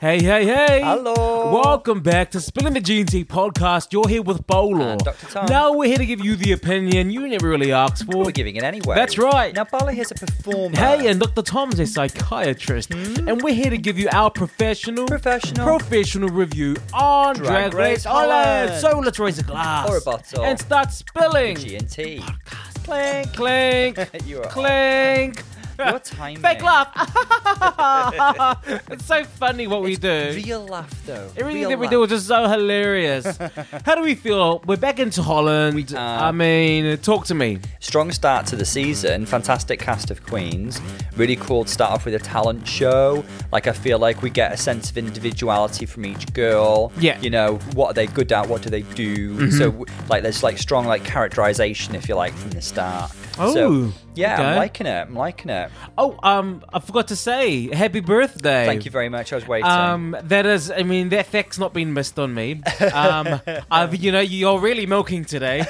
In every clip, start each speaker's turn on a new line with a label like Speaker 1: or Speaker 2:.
Speaker 1: Hey, hey, hey!
Speaker 2: Hello.
Speaker 1: Welcome back to Spilling the GNT podcast. You're here with Bolo.
Speaker 2: And Dr. Tom.
Speaker 1: Now we're here to give you the opinion you never really asked for.
Speaker 2: We're giving it anyway.
Speaker 1: That's right.
Speaker 2: Now, Bali has a performer.
Speaker 1: Hey, and Dr. Tom's a psychiatrist, and we're here to give you our professional,
Speaker 2: Hmm? Professional.
Speaker 1: professional review on Drag, Race, Holland. So let's raise a glass
Speaker 2: Or a bottle.
Speaker 1: and start spilling.
Speaker 2: G&T.
Speaker 1: Clank, clank,
Speaker 2: You are-
Speaker 1: clank.
Speaker 2: Your timing.
Speaker 1: Fake laugh. it's so funny what we do.
Speaker 2: Real laugh, though.
Speaker 1: Everything
Speaker 2: Real
Speaker 1: that we
Speaker 2: laugh.
Speaker 1: do is just so hilarious. How do we feel? We're back into Holland.
Speaker 2: are.
Speaker 1: I mean, uh, talk to me.
Speaker 2: Strong start to the season. Fantastic cast of queens. Really cool to start off with a talent show. Like, I feel like we get a sense of individuality from each girl.
Speaker 1: Yeah. Mm-hmm.
Speaker 2: You know, what are they good at? What do they do? So, like, there's like strong like characterization, if you like, from the start.
Speaker 1: Oh,
Speaker 2: So, yeah,
Speaker 1: okay.
Speaker 2: I'm liking it. I'm liking it.
Speaker 1: Oh, um, I forgot to say, happy birthday.
Speaker 2: Thank you very much. I was waiting.
Speaker 1: Um, that is, I mean, that fact's not been missed on me. Um, I've, you know, you're really milking today.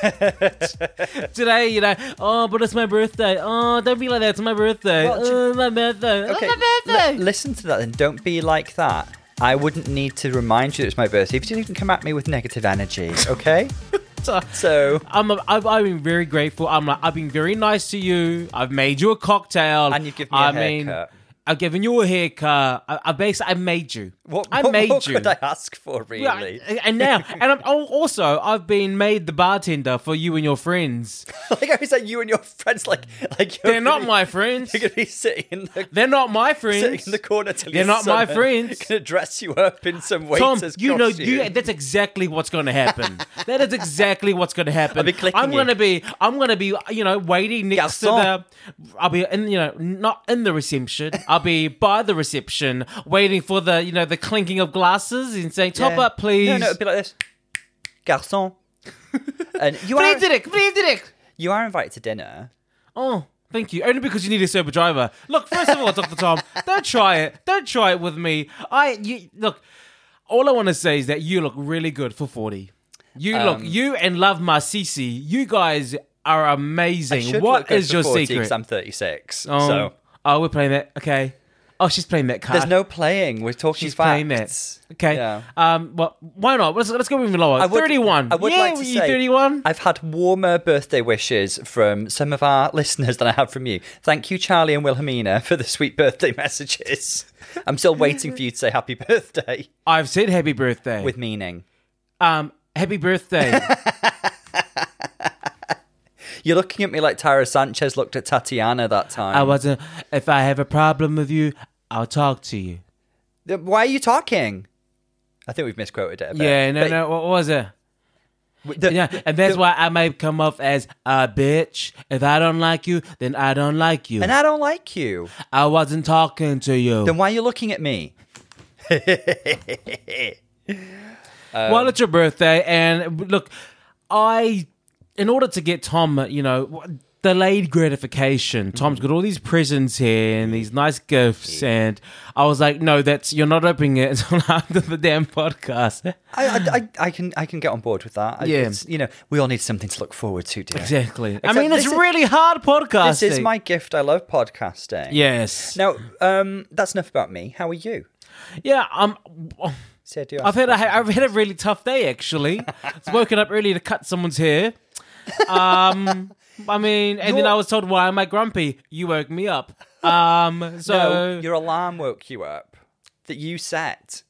Speaker 1: today, you know, oh, but it's my birthday. Oh, don't be like that. It's my birthday.
Speaker 2: Well, do-
Speaker 1: oh, my birthday. Oh,
Speaker 2: Okay,
Speaker 1: my
Speaker 2: li-
Speaker 1: birthday.
Speaker 2: listen to that then. Don't be like that. I wouldn't need to remind you that it's my birthday if you didn't even come at me with negative energy, okay?
Speaker 1: So-
Speaker 2: so,
Speaker 1: I'm, a, I've, I've been very grateful. I'm, like, I've been very nice to you. I've made you a cocktail,
Speaker 2: And you've given me
Speaker 1: I
Speaker 2: a haircut.
Speaker 1: I've given you a haircut. I, I basically, I made you.
Speaker 2: what,
Speaker 1: I
Speaker 2: what
Speaker 1: made
Speaker 2: more
Speaker 1: you.
Speaker 2: could I ask for,
Speaker 1: Yeah,
Speaker 2: really?
Speaker 1: I- and now, and I'm al- also, I've been made the bartender for you and your friends.
Speaker 2: like, I was like, you and your friends, like, like you're
Speaker 1: They're not
Speaker 2: gonna-
Speaker 1: my friends.
Speaker 2: You're going to be sitting in the,
Speaker 1: They're not my
Speaker 2: sitting
Speaker 1: friends.
Speaker 2: in the corner till
Speaker 1: They're
Speaker 2: your
Speaker 1: not my
Speaker 2: son
Speaker 1: friends.
Speaker 2: Gonna dress you up in
Speaker 1: Tom,
Speaker 2: some waiter's
Speaker 1: you know,
Speaker 2: costume.
Speaker 1: you that's exactly what's going to happen. that is exactly what's going to happen.
Speaker 2: I'll be clicking
Speaker 1: I'm
Speaker 2: you.
Speaker 1: going to be, I'm going to be, you know, waiting next to
Speaker 2: Garçon.
Speaker 1: the, I'll be in, you know, not in the reception. I'll be by the reception, waiting for the, you know, the clinking of glasses and saying, top
Speaker 2: Yeah.
Speaker 1: up, please.
Speaker 2: No, no, it'd be like this. Garçon. and you are,
Speaker 1: please did it, please did it.
Speaker 2: you are invited to dinner.
Speaker 1: Oh, thank you. Only because you need a sober driver. Look, first of all, Dr. Tom, don't try it. Don't try it with me. I you, look. All I want to say is that you look really good for forty. You look,
Speaker 2: Um,
Speaker 1: you and Love Marcisi, you guys are amazing.
Speaker 2: Should look
Speaker 1: What
Speaker 2: good
Speaker 1: is
Speaker 2: for
Speaker 1: your
Speaker 2: 40, 'cause
Speaker 1: secret?
Speaker 2: I'm 36.
Speaker 1: Um,
Speaker 2: so.
Speaker 1: oh, we're playing that. Okay. Oh, she's playing that card.
Speaker 2: There's no playing. We're talking
Speaker 1: She's
Speaker 2: facts.
Speaker 1: playing it. Okay.
Speaker 2: Yeah.
Speaker 1: Um. Well, why not? Let's let's go even lower.
Speaker 2: I would-
Speaker 1: Thirty-one.
Speaker 2: I would
Speaker 1: yeah,
Speaker 2: like to
Speaker 1: you
Speaker 2: say
Speaker 1: thirty-one.
Speaker 2: I've had warmer birthday wishes from some of our listeners than I have from you. Thank you, Charlie and Wilhelmina, for the sweet birthday messages. I'm still waiting for you to say happy birthday
Speaker 1: I've said happy birthday.
Speaker 2: with meaning.
Speaker 1: um, happy birthday.
Speaker 2: You're looking at me like Tyra Sanchez looked at Tatiana that time.
Speaker 1: I wasn't. If I have a problem with you, I'll talk to you.
Speaker 2: Why are you talking? I think we've misquoted it. A bit.
Speaker 1: Yeah, no,
Speaker 2: But
Speaker 1: no. What was it?
Speaker 2: w- the-
Speaker 1: Yeah, and that's
Speaker 2: the-
Speaker 1: why I may come off as a bitch. If I don't like you, then I don't like you.
Speaker 2: And I don't like you.
Speaker 1: I wasn't talking to you.
Speaker 2: Then why are you looking at me?
Speaker 1: well, it's your birthday, and look, I, in order to get Tom, you know, w- delayed gratification. Tom's got all these presents here and these nice gifts, and I was like, no, that's you're not opening it until after the damn podcast.
Speaker 2: I, I, I, I can I can get on board with that. I-
Speaker 1: Ah. Yeah.
Speaker 2: it's- you know, we all need something to look forward to, dear.
Speaker 1: Exactly. I
Speaker 2: Except
Speaker 1: mean, it's
Speaker 2: this is-
Speaker 1: really hard podcasting.
Speaker 2: This is my gift. I love podcasting.
Speaker 1: Yes.
Speaker 2: Now, um, that's enough about me. How are you?
Speaker 1: yeah. Um.
Speaker 2: Sir, do you
Speaker 1: I've
Speaker 2: ask
Speaker 1: had a,
Speaker 2: questions?
Speaker 1: I've had a really tough day actually. I've woken up early to cut someone's hair. Um. I mean, and then
Speaker 2: You're-
Speaker 1: I was told, "Why am I grumpy? You woke me up." Um.
Speaker 2: No,
Speaker 1: So
Speaker 2: your alarm woke you up that you set.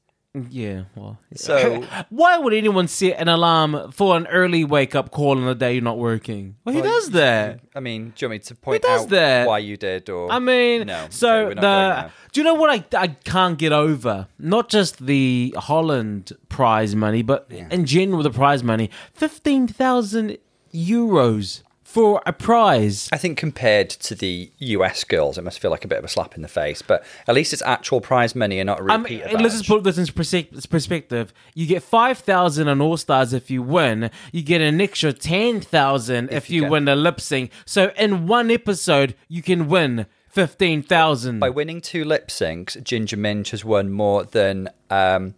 Speaker 1: yeah. Well.
Speaker 2: So
Speaker 1: Why would anyone set an alarm for an early wake up call on a day you're not working? Well, who does that?
Speaker 2: I mean, do you want me to point
Speaker 1: does
Speaker 2: out
Speaker 1: that?
Speaker 2: why you did, or
Speaker 1: I mean,
Speaker 2: no? okay,
Speaker 1: so
Speaker 2: we're not going
Speaker 1: the
Speaker 2: there.
Speaker 1: do you know what I I can't get over? Not just the Holland prize money, but in general the prize money, fifteen thousand euros for a prize.
Speaker 2: I think compared to the US girls, it must feel like a bit of a slap in the face. But at least it's actual prize money and not a
Speaker 1: I
Speaker 2: repeat.
Speaker 1: mean,
Speaker 2: of
Speaker 1: let's just put this into perse- perspective. You get five thousand on All Stars if you win. You get an extra ten thousand if,
Speaker 2: you
Speaker 1: you,
Speaker 2: get-
Speaker 1: win a lip sync. So in one episode, you can win fifteen thousand.
Speaker 2: By winning two lip syncs, Ginger Minch has won more than um,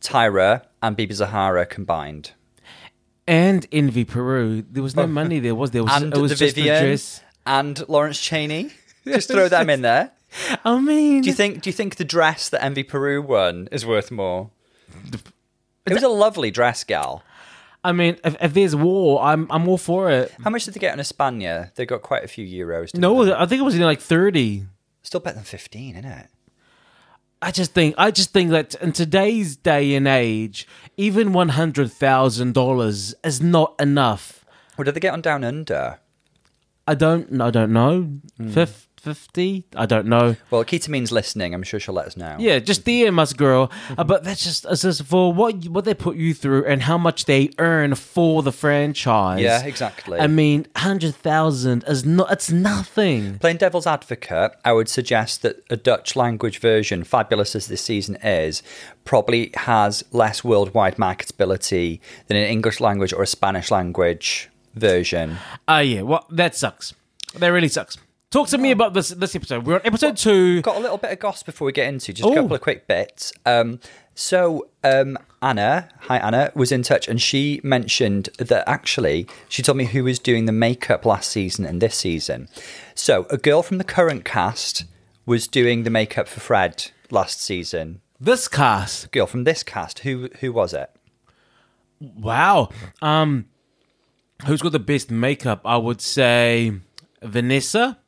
Speaker 2: Tyra and Bibi Zahara combined.
Speaker 1: And Envy Peru, there was no money there, was there? It was,
Speaker 2: And
Speaker 1: it was
Speaker 2: the
Speaker 1: just a
Speaker 2: Vivian
Speaker 1: dress.
Speaker 2: and Lawrence Cheney. Just throw them in there.
Speaker 1: I mean,
Speaker 2: Do you think? Do you think the dress that Envy Peru won is worth more? It was a lovely dress, gal.
Speaker 1: I mean, if, if there's war, I'm I'm all for it.
Speaker 2: How much did they get on Espana? They got quite a few euros. didn't they?
Speaker 1: No, I think it was in like thirty.
Speaker 2: still better than fifteen, isn't it?
Speaker 1: I just think I just think that in today's day and age, even one hundred thousand dollars is not enough.
Speaker 2: What did they get on Down Under?
Speaker 1: I don't I don't know Fif- fifty. I don't know.
Speaker 2: Well, Ketamine's listening. I'm sure she'll let us know.
Speaker 1: Yeah, just the earmuffs, girl. Uh, but that's just, it's just for what you- what they put you through and how much they earn for the franchise.
Speaker 2: Yeah, exactly.
Speaker 1: I mean, hundred thousand is not. It's nothing.
Speaker 2: Playing devil's advocate, I would suggest that a Dutch language version, fabulous as this season is, probably has less worldwide marketability than an English language or a Spanish language version.
Speaker 1: Oh yeah, well that sucks. That really sucks. Talk to me about this this episode. We're on episode two.
Speaker 2: Got a little bit of gossip before we get into just
Speaker 1: Ooh.
Speaker 2: a couple of quick bits. Um, so um, Anna, hi Anna, was in touch and she mentioned that actually she told me who was doing the makeup last season and this season. So a girl from the current cast was doing the makeup for Fred last season.
Speaker 1: This cast.
Speaker 2: girl from this cast. Who who was it?
Speaker 1: Wow. Um, who's got the best makeup? I would say Vanessa.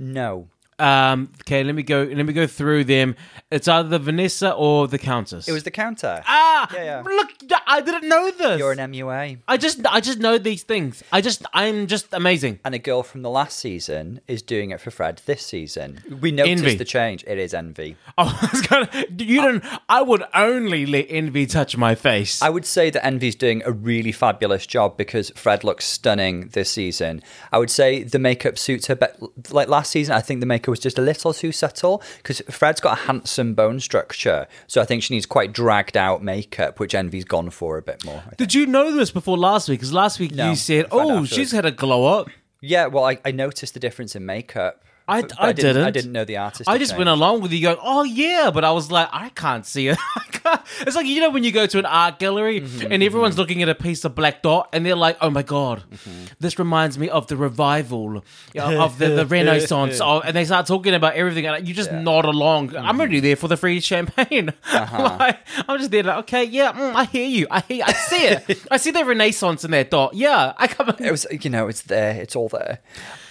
Speaker 2: No,
Speaker 1: Um, okay, let me go. Let me go through them. It's either Vanessa or the Countess.
Speaker 2: it was the counter.
Speaker 1: Ah,
Speaker 2: yeah.
Speaker 1: look, I didn't know this.
Speaker 2: You're an MUA.
Speaker 1: I just, I just know these things. I just, I'm just amazing.
Speaker 2: And a girl from the last season is doing it for Fred this season. We noticed
Speaker 1: Envy.
Speaker 2: the change. It is envy.
Speaker 1: Oh, I was gonna,
Speaker 2: Uh,
Speaker 1: you don't. I would only let envy touch my face.
Speaker 2: I would say that Envy's doing a really fabulous job because Fred looks stunning this season. I would say the makeup suits her, but like last season, I think the makeup was just a little too subtle because Fred's got a handsome bone structure, so I think she needs quite dragged out makeup, which Envy's gone for a bit more. I think.
Speaker 1: Did you know this before last week? Because last week
Speaker 2: No,
Speaker 1: you said,
Speaker 2: I found out
Speaker 1: "Oh,
Speaker 2: afterwards.
Speaker 1: she's had a glow up."
Speaker 2: Yeah, well, I, I noticed the difference in makeup.
Speaker 1: I-
Speaker 2: but
Speaker 1: I
Speaker 2: didn't. I
Speaker 1: didn't.
Speaker 2: didn't know the artist.
Speaker 1: I
Speaker 2: had
Speaker 1: just
Speaker 2: changed.
Speaker 1: went along with you going, oh yeah, but I was like, I can't see it. I can't- it's like, you know, when you go to an art gallery
Speaker 2: Mm-hmm,
Speaker 1: and everyone's looking at a piece of black dot and they're like, oh my God,
Speaker 2: Mm-hmm.
Speaker 1: this reminds me of the revival you know, of the, the Renaissance. oh, and they start talking about everything and you just
Speaker 2: Yeah. Mm-hmm.
Speaker 1: nod along. I'm really there for the free champagne.
Speaker 2: Uh-huh.
Speaker 1: Like, I'm just there like, okay, yeah, mm, I hear you. I hear, I see it. I see the Renaissance in that dot. Yeah, I come.
Speaker 2: It was, you know, it's there. It's all there.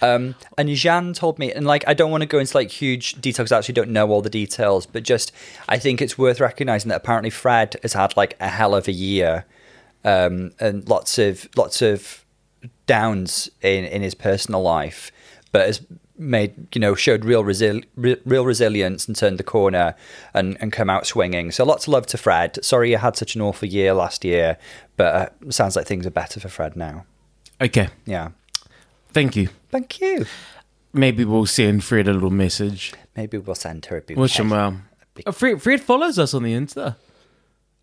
Speaker 2: Um, and Jeanne told me, and like, I don't want to go into like huge details. I actually don't know all the details, but just I think it's worth recognizing that apparently Fred has had like a hell of a year, um, and lots of lots of downs in in his personal life, but has made you know showed real resil- re- real resilience and turned the corner and and come out swinging. So lots of love to Fred. Sorry you had such an awful year last year, but uh, sounds like things are better for Fred now.
Speaker 1: Okay,
Speaker 2: Yeah.
Speaker 1: thank you.
Speaker 2: Thank you.
Speaker 1: Maybe we'll send Fred a little message.
Speaker 2: Maybe we'll send her a bouquet.
Speaker 1: Wish him well.
Speaker 2: big-
Speaker 1: Uh, Fred, Fred follows us on the Insta.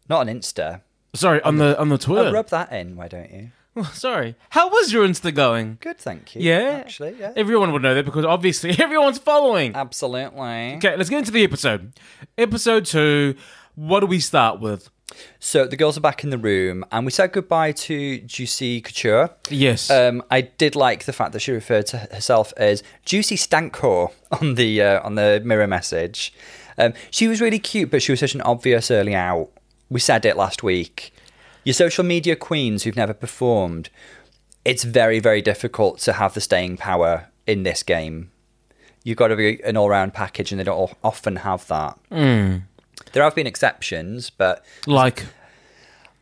Speaker 2: Not on Insta.
Speaker 1: Sorry, on the on the
Speaker 2: Oh,
Speaker 1: Twitter.
Speaker 2: rub that in, why don't you?
Speaker 1: Sorry. How was your Insta going?
Speaker 2: Good, thank you.
Speaker 1: Yeah.
Speaker 2: Actually, yeah.
Speaker 1: Everyone would know that because obviously everyone's following.
Speaker 2: Absolutely.
Speaker 1: Okay, let's get into the episode. Episode two. What do we start with?
Speaker 2: So the girls are back in the room, and we said goodbye to Juicy Couture.
Speaker 1: Yes.
Speaker 2: Um, I did like the fact that she referred to herself as Juicy Stank Whore on the uh, on the mirror message. Um, she was really cute, but she was such an obvious early out. We said it last week. Your social media queens who've never performed, it's very very difficult to have the staying power in this game. You've got to be an all round package, and they don't al- often have that. There have been exceptions, but
Speaker 1: like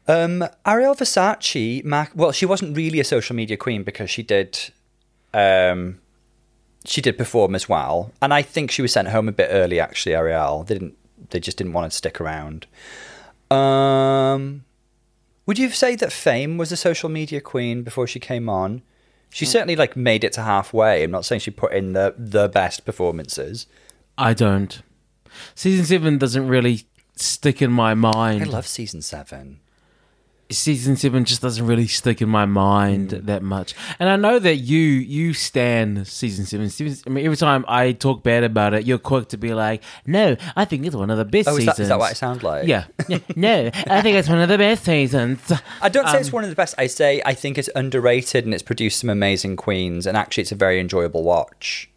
Speaker 2: um, Ariel Versace, Mac. Well, she wasn't really a social media queen because she did, um, she did perform as well, and I think she was sent home a bit early. Actually, Ariel, they didn't, they just didn't want to stick around. Um, would you say that Fame was a social media queen before she came on?
Speaker 1: Hmm.
Speaker 2: She certainly like made it to halfway. I'm not saying she put in the the best performances.
Speaker 1: I don't. Season seven doesn't really stick in my
Speaker 2: I
Speaker 1: mind.
Speaker 2: love season seven.
Speaker 1: season seven just doesn't really stick in my mind
Speaker 2: Mm.
Speaker 1: that much. And I know that you you stand season seven. Season, I mean, every time I talk bad about it, you're quick to be like, "No, I think it's one of the best
Speaker 2: Oh, is that,
Speaker 1: seasons."
Speaker 2: is that what I sound like?
Speaker 1: Yeah. yeah. No, I think it's one of the best seasons.
Speaker 2: I don't say it's one of the best. I say I think it's underrated and it's produced some amazing queens, and actually, it's a very enjoyable watch.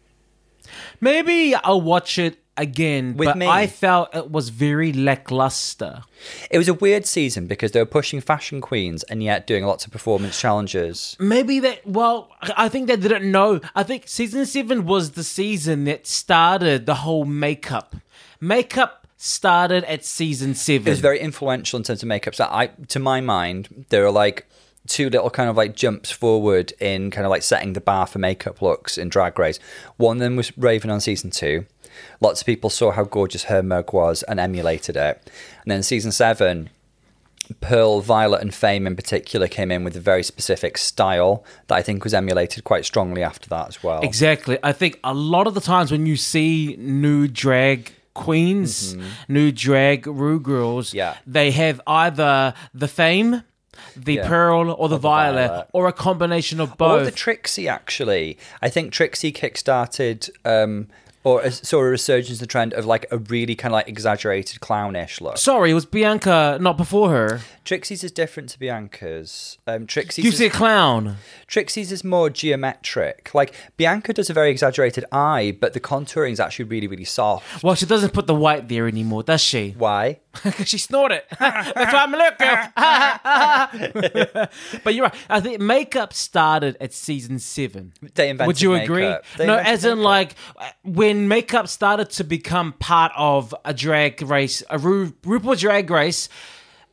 Speaker 1: Maybe I'll watch it again.
Speaker 2: With
Speaker 1: but
Speaker 2: me.
Speaker 1: I felt it was very lackluster.
Speaker 2: It was a weird season because they were pushing fashion queens and yet doing lots of performance challenges.
Speaker 1: Maybe that. Well, I think they didn't know. I think season seven was the season that started the whole makeup. Makeup started at season seven.
Speaker 2: It was very influential in terms of makeup. So I, to my mind, there are like two little kind of like jumps forward in kind of like setting the bar for makeup looks in Drag Race. One of them was Raven on season two. Lots of people saw how gorgeous her mug was and emulated it. And then season seven, Pearl, Violet, and Fame in particular came in with a very specific style that I think was emulated quite strongly after that as well.
Speaker 1: Exactly. I think a lot of the times when you see new drag queens, new drag Rue girls,
Speaker 2: Mm-hmm. Yeah.
Speaker 1: they have either the fame, the
Speaker 2: Yeah.
Speaker 1: pearl, or the violet,
Speaker 2: violet.
Speaker 1: or a combination of
Speaker 2: Or the
Speaker 1: both.
Speaker 2: Trixie, actually. I think Trixie kickstarted um, or a, saw a resurgence, the trend of like a really kind of like exaggerated clownish look.
Speaker 1: Sorry, it was Bianca not before her.
Speaker 2: Trixie's is different to Bianca's. Um, Trixie's,
Speaker 1: You
Speaker 2: is,
Speaker 1: see a clown.
Speaker 2: Trixie's is more geometric. Like Bianca does a very exaggerated eye, but the contouring is actually really, really soft.
Speaker 1: Well, she doesn't put the white there anymore, does she?
Speaker 2: Why?
Speaker 1: 'Cause she snorted. That's why I'm looking. but you're right. I think makeup started at season seven.
Speaker 2: They invented
Speaker 1: Would you
Speaker 2: makeup.
Speaker 1: agree?
Speaker 2: They
Speaker 1: no,
Speaker 2: invented
Speaker 1: as in
Speaker 2: makeup.
Speaker 1: like uh, when makeup started to become part of a drag race, a Ru- RuPaul drag race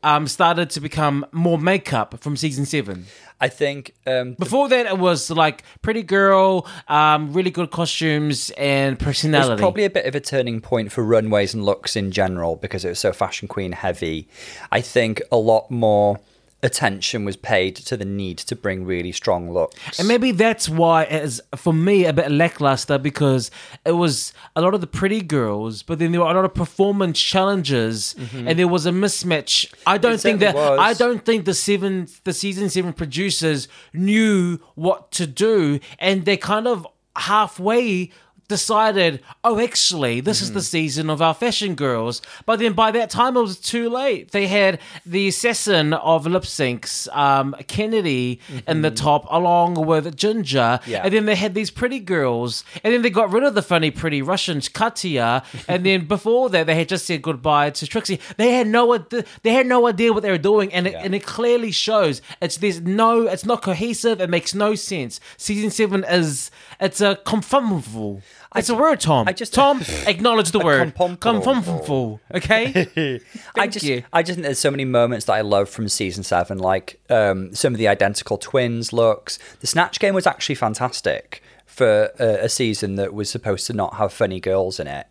Speaker 1: um, started to become more makeup from season seven.
Speaker 2: I think um,
Speaker 1: Before that, it was like pretty girl, um, really good costumes and
Speaker 2: It
Speaker 1: personality.
Speaker 2: was probably a bit of a turning point for runways and looks in general because it was so fashion queen heavy. I think a lot more attention was paid to the need to bring really strong looks.
Speaker 1: And maybe that's why it is for me a bit lackluster because it was a lot of the pretty girls, but then there were a lot of performance challenges, and there was a mismatch. I don't think
Speaker 2: Mm-hmm. certainly
Speaker 1: that
Speaker 2: was.
Speaker 1: I don't think the seven the season seven producers knew what to do, and they kind of halfway decided, oh, actually, this is the season of our fashion girls. But then by that time, it was too late. They had the assassin of lip syncs, um, Kennedy, in the top, along with Ginger.
Speaker 2: Yeah.
Speaker 1: And then they had these pretty girls. And then they got rid of the funny, pretty Russians, Katia. and then before that, they had just said goodbye to Trixie. They had no, id- they had no idea what they were doing. And it, and it clearly shows. It's there's no, it's not cohesive. It makes no sense. Season seven is, it's a conformable. It's a word, Tom.
Speaker 2: I just-
Speaker 1: Tom, acknowledge the word.
Speaker 2: conformable.
Speaker 1: Conformable. Okay.
Speaker 2: I
Speaker 1: Thank
Speaker 2: just,
Speaker 1: you.
Speaker 2: I just think there's so many moments that I love from season seven, like um, some of the identical twins looks. The snatch game was actually fantastic for a, a season that was supposed to not have funny girls in it,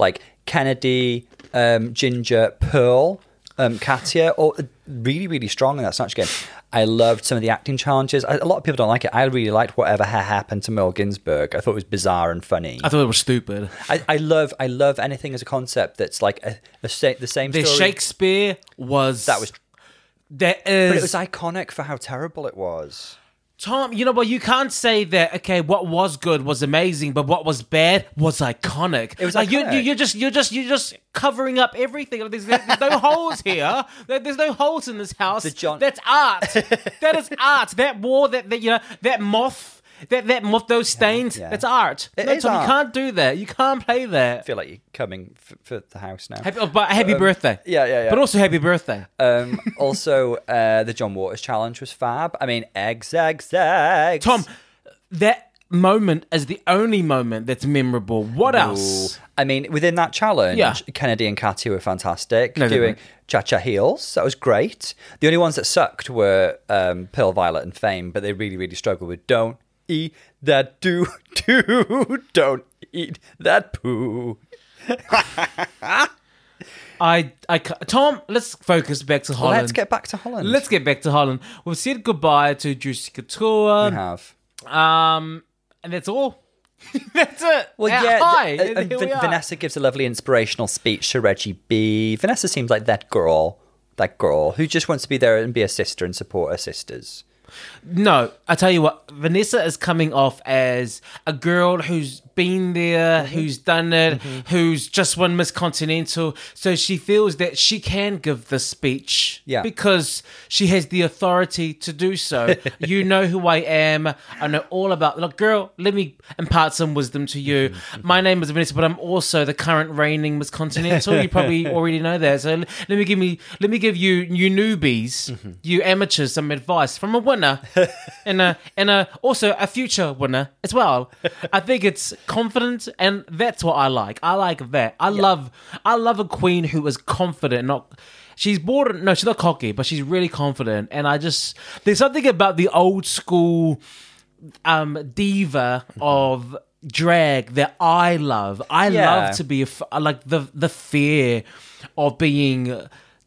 Speaker 2: like Kennedy, um, Ginger, Pearl, um, Katia, all really really strong in that snatch game. I loved some of the acting challenges. I, a lot of people don't like it. I really liked whatever ha- happened to Merle Ginsburg. I thought it was bizarre and funny.
Speaker 1: I thought it was stupid.
Speaker 2: I, I love I love anything as a concept that's like a, a sa- the same
Speaker 1: The
Speaker 2: story.
Speaker 1: Shakespeare was
Speaker 2: That was
Speaker 1: that is
Speaker 2: But it was iconic for how terrible it was.
Speaker 1: Tom. You know what? You can't say that. Okay, what was good was amazing, but what was bad was iconic. It
Speaker 2: was
Speaker 1: like You, you,
Speaker 2: iconic.
Speaker 1: you're just you're just you're just covering up everything. Like, There's, there's no holes here. There- There's no holes in this house.
Speaker 2: The John-
Speaker 1: That's art. that is art. That wall. That, that you know. That moth. That that moth. Those stains.
Speaker 2: yeah.
Speaker 1: That's art. no,
Speaker 2: is
Speaker 1: Tom,
Speaker 2: art.
Speaker 1: you can't do that. You can't play that.
Speaker 2: I feel like you're coming f- for the house now.
Speaker 1: Happy, oh, but happy birthday.
Speaker 2: yeah, yeah, yeah.
Speaker 1: But also happy birthday.
Speaker 2: Um, also, uh, the John Waters challenge was fab. I mean, eggs, eggs, eggs.
Speaker 1: Tom, that moment is the only moment that's memorable. What
Speaker 2: Ooh.
Speaker 1: else?
Speaker 2: I mean, within that challenge,
Speaker 1: Yeah.
Speaker 2: Kennedy and Katy were fantastic
Speaker 1: No, they
Speaker 2: doing
Speaker 1: weren't.
Speaker 2: cha cha heels. That was great. The only ones that sucked were um, Pearl Violet and Fame, but they really, really struggled with don't eat that do do don't eat that poo.
Speaker 1: I, I, ca- Tom, let's focus back to Holland.
Speaker 2: Let's get back to Holland.
Speaker 1: Let's get back to Holland. We've said goodbye to Juicy Couture,
Speaker 2: have.
Speaker 1: um, and that's all. that's it.
Speaker 2: Well,
Speaker 1: Uh,
Speaker 2: yeah.
Speaker 1: hi,
Speaker 2: th-
Speaker 1: and
Speaker 2: and
Speaker 1: here
Speaker 2: Van-
Speaker 1: we are.
Speaker 2: Vanessa gives a lovely inspirational speech to Reggie B. Vanessa seems like that girl, that girl who just wants to be there and be a sister and support her sisters.
Speaker 1: No, I tell you what, Vanessa is coming off as a girl who's been there,
Speaker 2: Mm-hmm.
Speaker 1: who's done it, who's just won Miss Continental. So she feels that she can give the speech
Speaker 2: Yeah.
Speaker 1: because she has the authority to do so. you know who I am. I know all about. Look, girl, let me impart some wisdom to you. My name is Vanessa, but I'm also the current reigning Miss Continental. you probably already know that. So l- let me give me let me give you you newbies, you amateurs, some advice from a winner and a and a also a future winner as well. I think it's confident, and that's what I like. I like that. I love I love a queen who is confident, not. She's bored. No, she's not cocky, but she's really confident. And I just there's something about the old school um diva of drag that I love. I
Speaker 2: Yeah.
Speaker 1: love to be af- like the the fear of being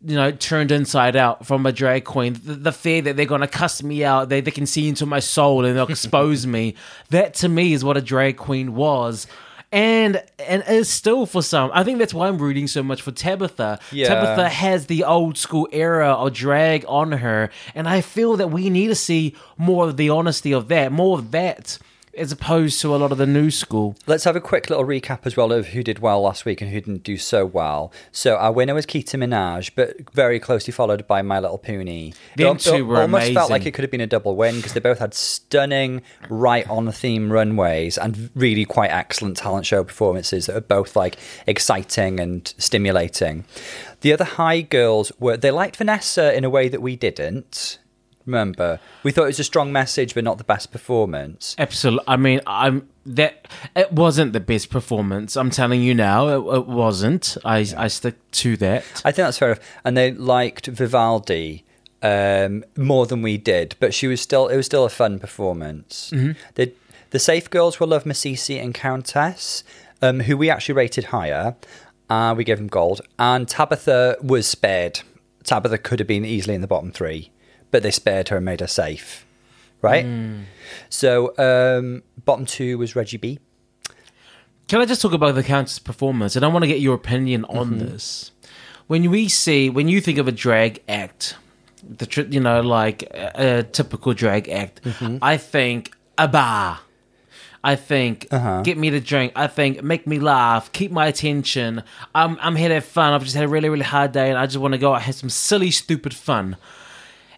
Speaker 1: you know turned inside out from a drag queen the, the fear that they're going to cuss me out they, they can see into my soul and they'll expose me that to me is what a drag queen was and and is still for some i think that's why i'm rooting so much for tabitha
Speaker 2: Yeah.
Speaker 1: tabitha has the old school era of drag on her, and I feel that we need to see more of the honesty of that, more of that, as opposed to a lot of the new school.
Speaker 2: Let's have a quick little recap as well of who did well last week and who didn't do so well. So our winner was Keita Minaj, but very closely followed by My Little Pony.
Speaker 1: Them
Speaker 2: al-
Speaker 1: two were
Speaker 2: almost felt
Speaker 1: amazing.
Speaker 2: like it could have been a double win because they both had stunning, right on the theme runways and really quite excellent talent show performances that are both like exciting and stimulating. The other high girls were they liked Vanessa in a way that we didn't. Remember, we thought it was a strong message, but not the best performance.
Speaker 1: Absolutely, I mean, I'm that it wasn't the best performance. I'm telling you now, it, it wasn't. I I stick to that.
Speaker 2: I think that's fair enough. And they liked Vivaldi um, more than we did, but she was still it was still a fun performance.
Speaker 1: Mm-hmm.
Speaker 2: The the safe girls were Love Masisi and Countess, um, who we actually rated higher. Uh, we gave them gold, and Tabitha was spared. Tabitha could have been easily in the bottom three, but they spared her and made her safe. Right.
Speaker 1: Mm.
Speaker 2: So um, bottom two was Reggie B.
Speaker 1: Can I just talk about the Countess' performance? And I want to get your opinion on this. When we see, when you think of a drag act, the tr- you know, like a, a typical drag act, I think a bar. I think get me to drink. I think make me laugh, keep my attention. I'm I'm here to have fun. I've just had a really really hard day, and I just want to go out and have some silly stupid fun.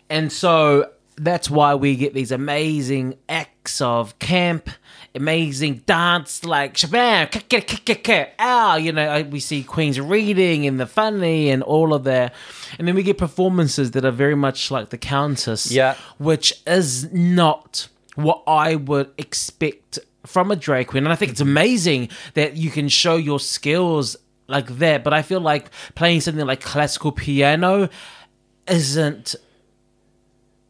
Speaker 1: And so that's why we get these amazing acts of camp, amazing dance like shabam, ka- ka- ka- ka- ka, ow, you know, uh, we see Queen's reading and the funny and all of that. And then we get performances that are very much like the Countess,
Speaker 2: Yeah.
Speaker 1: which is not what I would expect from a drag queen. And I think it's amazing that you can show your skills like that. But I feel like playing something like classical piano isn't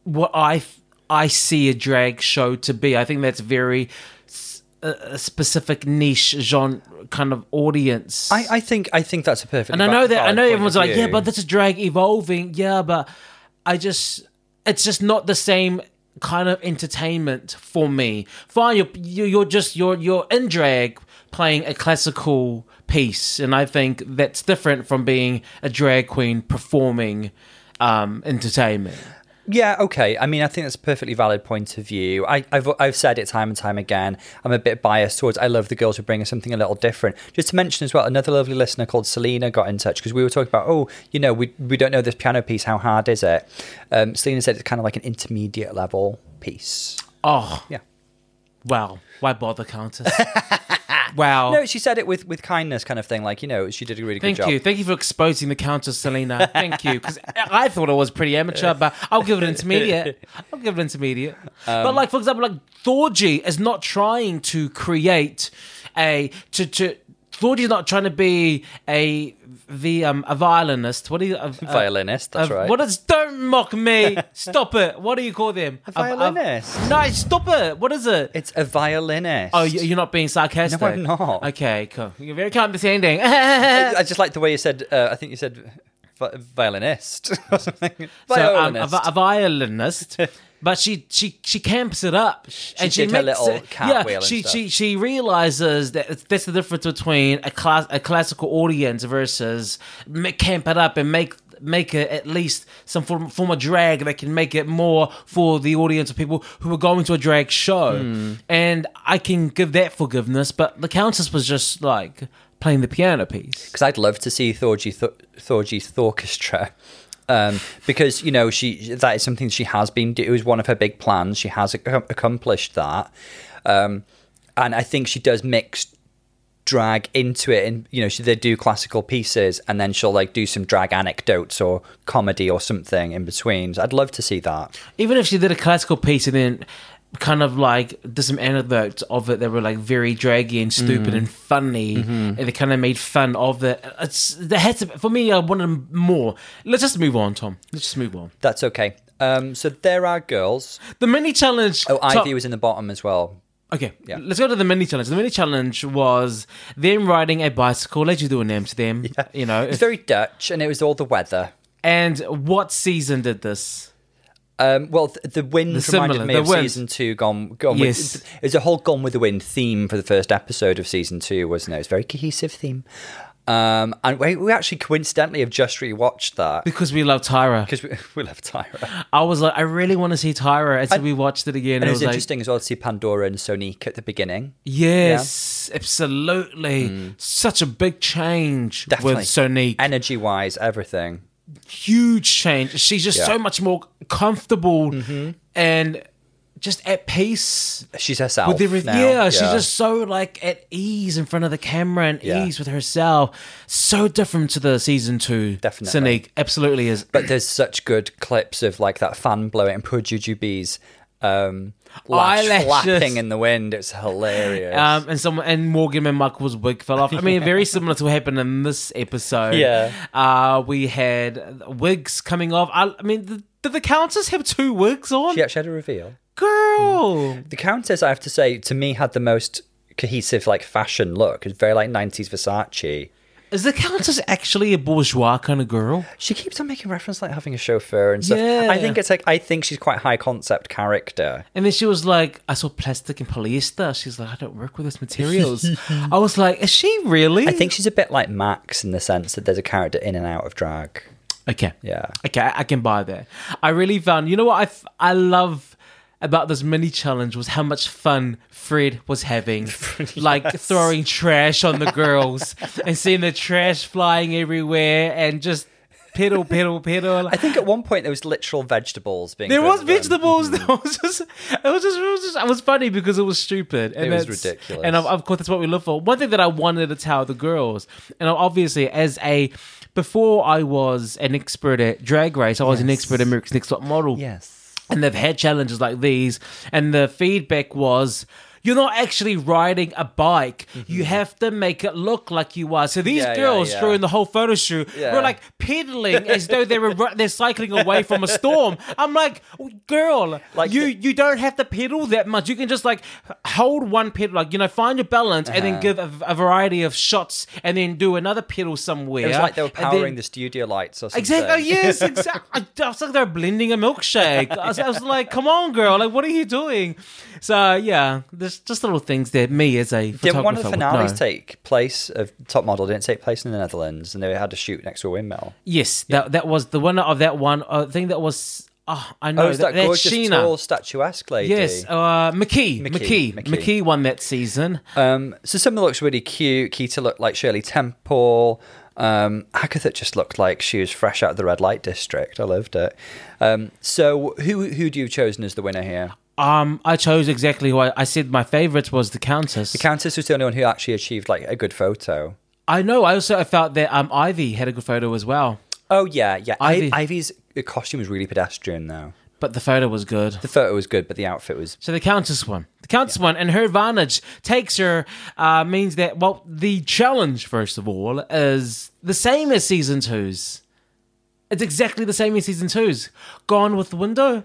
Speaker 1: what I I see a drag show to be. I think that's very s- a, a specific niche genre kind of audience.
Speaker 2: I, I think I think that's a perfect.
Speaker 1: and I know that I know everyone's like, yeah, but this is drag evolving. Yeah, but I just it's just not the same kind of entertainment for me. Fine, you're you- you're just you're you're in drag playing a classical piece, and I think that's different from being a drag queen performing um entertainment.
Speaker 2: Yeah, okay. I mean, I think that's a perfectly valid point of view. I, I've, I've said it time and time again. I'm a bit biased towards I love the girls who bring us something a little different. Just to mention as well, another lovely listener called Selena got in touch because we were talking about, oh, you know, we, we don't know this piano piece. How hard is it? Um, Selena said it's kind of like an intermediate level piece.
Speaker 1: Oh.
Speaker 2: Yeah.
Speaker 1: Wow. Why bother, Countess? wow.
Speaker 2: No, she said it with, with kindness kind of thing. Like, you know, she did a really
Speaker 1: Thank
Speaker 2: good job.
Speaker 1: you. Thank you for exposing the Countess, Selena. Thank you. Because I thought it was pretty amateur, but I'll give it intermediate. I'll give it intermediate. but, like, for example, like Thorgy is not trying to create a. to to Thorgy's not trying to be a the um a violinist. What do you. A, a-
Speaker 2: Uh, Violinist, that's
Speaker 1: a-
Speaker 2: right.
Speaker 1: uh, What is? Don't mock me. Stop it. What do you call them? A- a-
Speaker 2: violinist.
Speaker 1: no, stop it. What is it?
Speaker 2: it's a violinist.
Speaker 1: Oh, you- you're not being sarcastic.
Speaker 2: No, I'm not.
Speaker 1: Okay, cool. You're very condescending.
Speaker 2: I I just like the way you said. Uh, I think you said vi- violinist. or something.
Speaker 1: so, um, a,
Speaker 2: violinist.
Speaker 1: vi- a violinist. But she she she camps it up, and she
Speaker 2: did her
Speaker 1: makes
Speaker 2: little
Speaker 1: it,
Speaker 2: cartwheel
Speaker 1: yeah.
Speaker 2: and
Speaker 1: She
Speaker 2: stuff.
Speaker 1: she she realizes that it's- that's the difference between a class a classical audience versus ma- camp it up and make make it at least some form, form of drag. They can make it more for the audience of people who are going to a drag show.
Speaker 2: Hmm.
Speaker 1: And I can give that forgiveness, but the Countess was just like playing the piano piece.
Speaker 2: because I'd love to see Thorgy Th- Thorgy's orchestra. Um, because you know she that is something she has been do- it was one of her big plans she has ac- accomplished that um, and I think she does mix drag into it and you know she, they do classical pieces and then she'll like do some drag anecdotes or comedy or something in between so I'd love to see that
Speaker 1: Even if she did a classical piece and then kind of like did some anecdotes of it that were like very draggy and stupid
Speaker 2: Mm.
Speaker 1: and funny
Speaker 2: Mm-hmm.
Speaker 1: and they kind of made fun of it. It's there had to for me I wanted more. Let's just move on, Tom. Let's just move on.
Speaker 2: that's okay um, so there are girls
Speaker 1: The mini challenge
Speaker 2: oh
Speaker 1: Tom-
Speaker 2: Ivy was in the bottom as well
Speaker 1: Okay, let's go to the mini challenge. The mini challenge was them riding a bicycle, as you do in Amsterdam, you know.
Speaker 2: it's very Dutch and it was all the weather
Speaker 1: and what season did this?
Speaker 2: Um, well, th- the wind reminded
Speaker 1: similar-
Speaker 2: me
Speaker 1: the
Speaker 2: of
Speaker 1: wind.
Speaker 2: season two. Gone, gone.
Speaker 1: Yes.
Speaker 2: With, it was a whole Gone with the Wind theme for the first episode of season two, wasn't it? It's a very cohesive theme. Um, and we, we actually coincidentally have just rewatched that
Speaker 1: Because we love Tyra.
Speaker 2: because we, we love Tyra.
Speaker 1: I was like, I really want to see Tyra. And so we watched it again.
Speaker 2: And
Speaker 1: And
Speaker 2: it
Speaker 1: I
Speaker 2: was
Speaker 1: was like,
Speaker 2: interesting as well to see Pandora and Sonique at the beginning.
Speaker 1: yes, absolutely. Such a big change
Speaker 2: Mm. Definitely.
Speaker 1: with Sonique.
Speaker 2: Energy wise, everything.
Speaker 1: Huge change. She's just
Speaker 2: Yeah. Mm-hmm.
Speaker 1: so much more comfortable and just at peace.
Speaker 2: She's herself.
Speaker 1: with everything.
Speaker 2: now.
Speaker 1: Yeah, she's just so like at ease in front of the camera and
Speaker 2: Yeah.
Speaker 1: ease with herself. So different to the season two.
Speaker 2: Definitely.
Speaker 1: Sonique absolutely is.
Speaker 2: But there's such good clips of like that fan blowing and poor Juju B's um, lash
Speaker 1: Eyelashes.
Speaker 2: flapping in the wind. It's hilarious.
Speaker 1: Um, and someone and Morgan and Michael's wig fell off. I mean, very similar to what happened in this episode.
Speaker 2: Yeah.
Speaker 1: uh, we had wigs coming off. I, I mean, the, did the Countess have two wigs on?
Speaker 2: she actually had a reveal.
Speaker 1: Girl,
Speaker 2: The Countess, I have to say, to me had the most cohesive like fashion look. It's very like nineties Versace.
Speaker 1: is the Countess actually a bourgeois kind of girl?
Speaker 2: She keeps on making reference like having a chauffeur and stuff.
Speaker 1: Yeah.
Speaker 2: I think it's like I think she's quite high concept character.
Speaker 1: And then she was like, I saw plastic and polyester. She's like, I don't work with those materials. I was like, is she really?
Speaker 2: I think she's a bit like Max in the sense that there's a character in and out of drag.
Speaker 1: Okay.
Speaker 2: Yeah.
Speaker 1: Okay, I I can buy that. I really found, you know what I, f- I love about this mini challenge was how much fun Fred was having. Like throwing trash on the girls and seeing the trash flying everywhere and just pedal, pedal, pedal.
Speaker 2: I think at one point there was literal vegetables being.
Speaker 1: There
Speaker 2: thrown
Speaker 1: was
Speaker 2: at them.
Speaker 1: vegetables. There was just, it was just, it was just, it was funny because it was stupid. And
Speaker 2: It was
Speaker 1: that's-
Speaker 2: ridiculous.
Speaker 1: And of, of course, that's what we look for. One thing that I wanted to tell the girls, and obviously as a, before I was an expert at Drag Race, I was an
Speaker 2: Yes.
Speaker 1: expert at America's Next Top Model.
Speaker 2: Yes.
Speaker 1: And they've had challenges like these, and the feedback was. You're not actually riding a bike. You have to make it look like you are. So these
Speaker 2: Mm-hmm. Yeah, yeah,
Speaker 1: girls
Speaker 2: yeah.
Speaker 1: during the whole photo shoot
Speaker 2: Yeah.
Speaker 1: were like pedaling as though they were ru- they're cycling away from a storm. I'm like, girl,
Speaker 2: Like
Speaker 1: you
Speaker 2: the-
Speaker 1: you don't have to pedal that much. You can just like h- hold one pedal, like you know, find your balance, and
Speaker 2: Uh-huh.
Speaker 1: then give a, a variety of shots, and then do another pedal somewhere.
Speaker 2: It was like they were
Speaker 1: and then-
Speaker 2: powering the studio lights or something.
Speaker 1: Exactly. Oh, yes. Exactly. I was like they're blending a milkshake. I was, I was like, "Come on, girl! Like, what are you doing?" So yeah, there's just little things that me as a photographer
Speaker 2: Didn't one of the
Speaker 1: would
Speaker 2: finales
Speaker 1: know.
Speaker 2: take place of Top Model? Didn't take place in the Netherlands, and they had to shoot next to a windmill.
Speaker 1: Yes, that that was the winner of that one. I think that was. Oh, I know
Speaker 2: Oh, is that,
Speaker 1: that's
Speaker 2: gorgeous,
Speaker 1: Sheena.
Speaker 2: tall, statuesque lady?
Speaker 1: Yes, uh, McKee,
Speaker 2: McKee,
Speaker 1: McKee,
Speaker 2: McKee.
Speaker 1: McKee, won that season.
Speaker 2: Um, so Summer looks really cute. Keita looked like Shirley Temple. Um, Agatha just looked like she was fresh out of the red light district. I loved it. Um, so who who do you chosen as the winner here?
Speaker 1: Um, I chose exactly who I, I said my favourite was the Countess.
Speaker 2: Countess was the only one who actually achieved like a good photo.
Speaker 1: I know. I also felt that um Ivy had a good photo as well,
Speaker 2: Oh yeah, yeah.
Speaker 1: Ivy.
Speaker 2: Ivy. Ivy's costume was really pedestrian though.
Speaker 1: but the photo was good.
Speaker 2: The photo was good, but the outfit was
Speaker 1: So the Countess won. The Countess won, and her advantage takes her uh, means that well, the challenge first of all is the same as season two's. It's exactly the same as season two's. Gone with the window.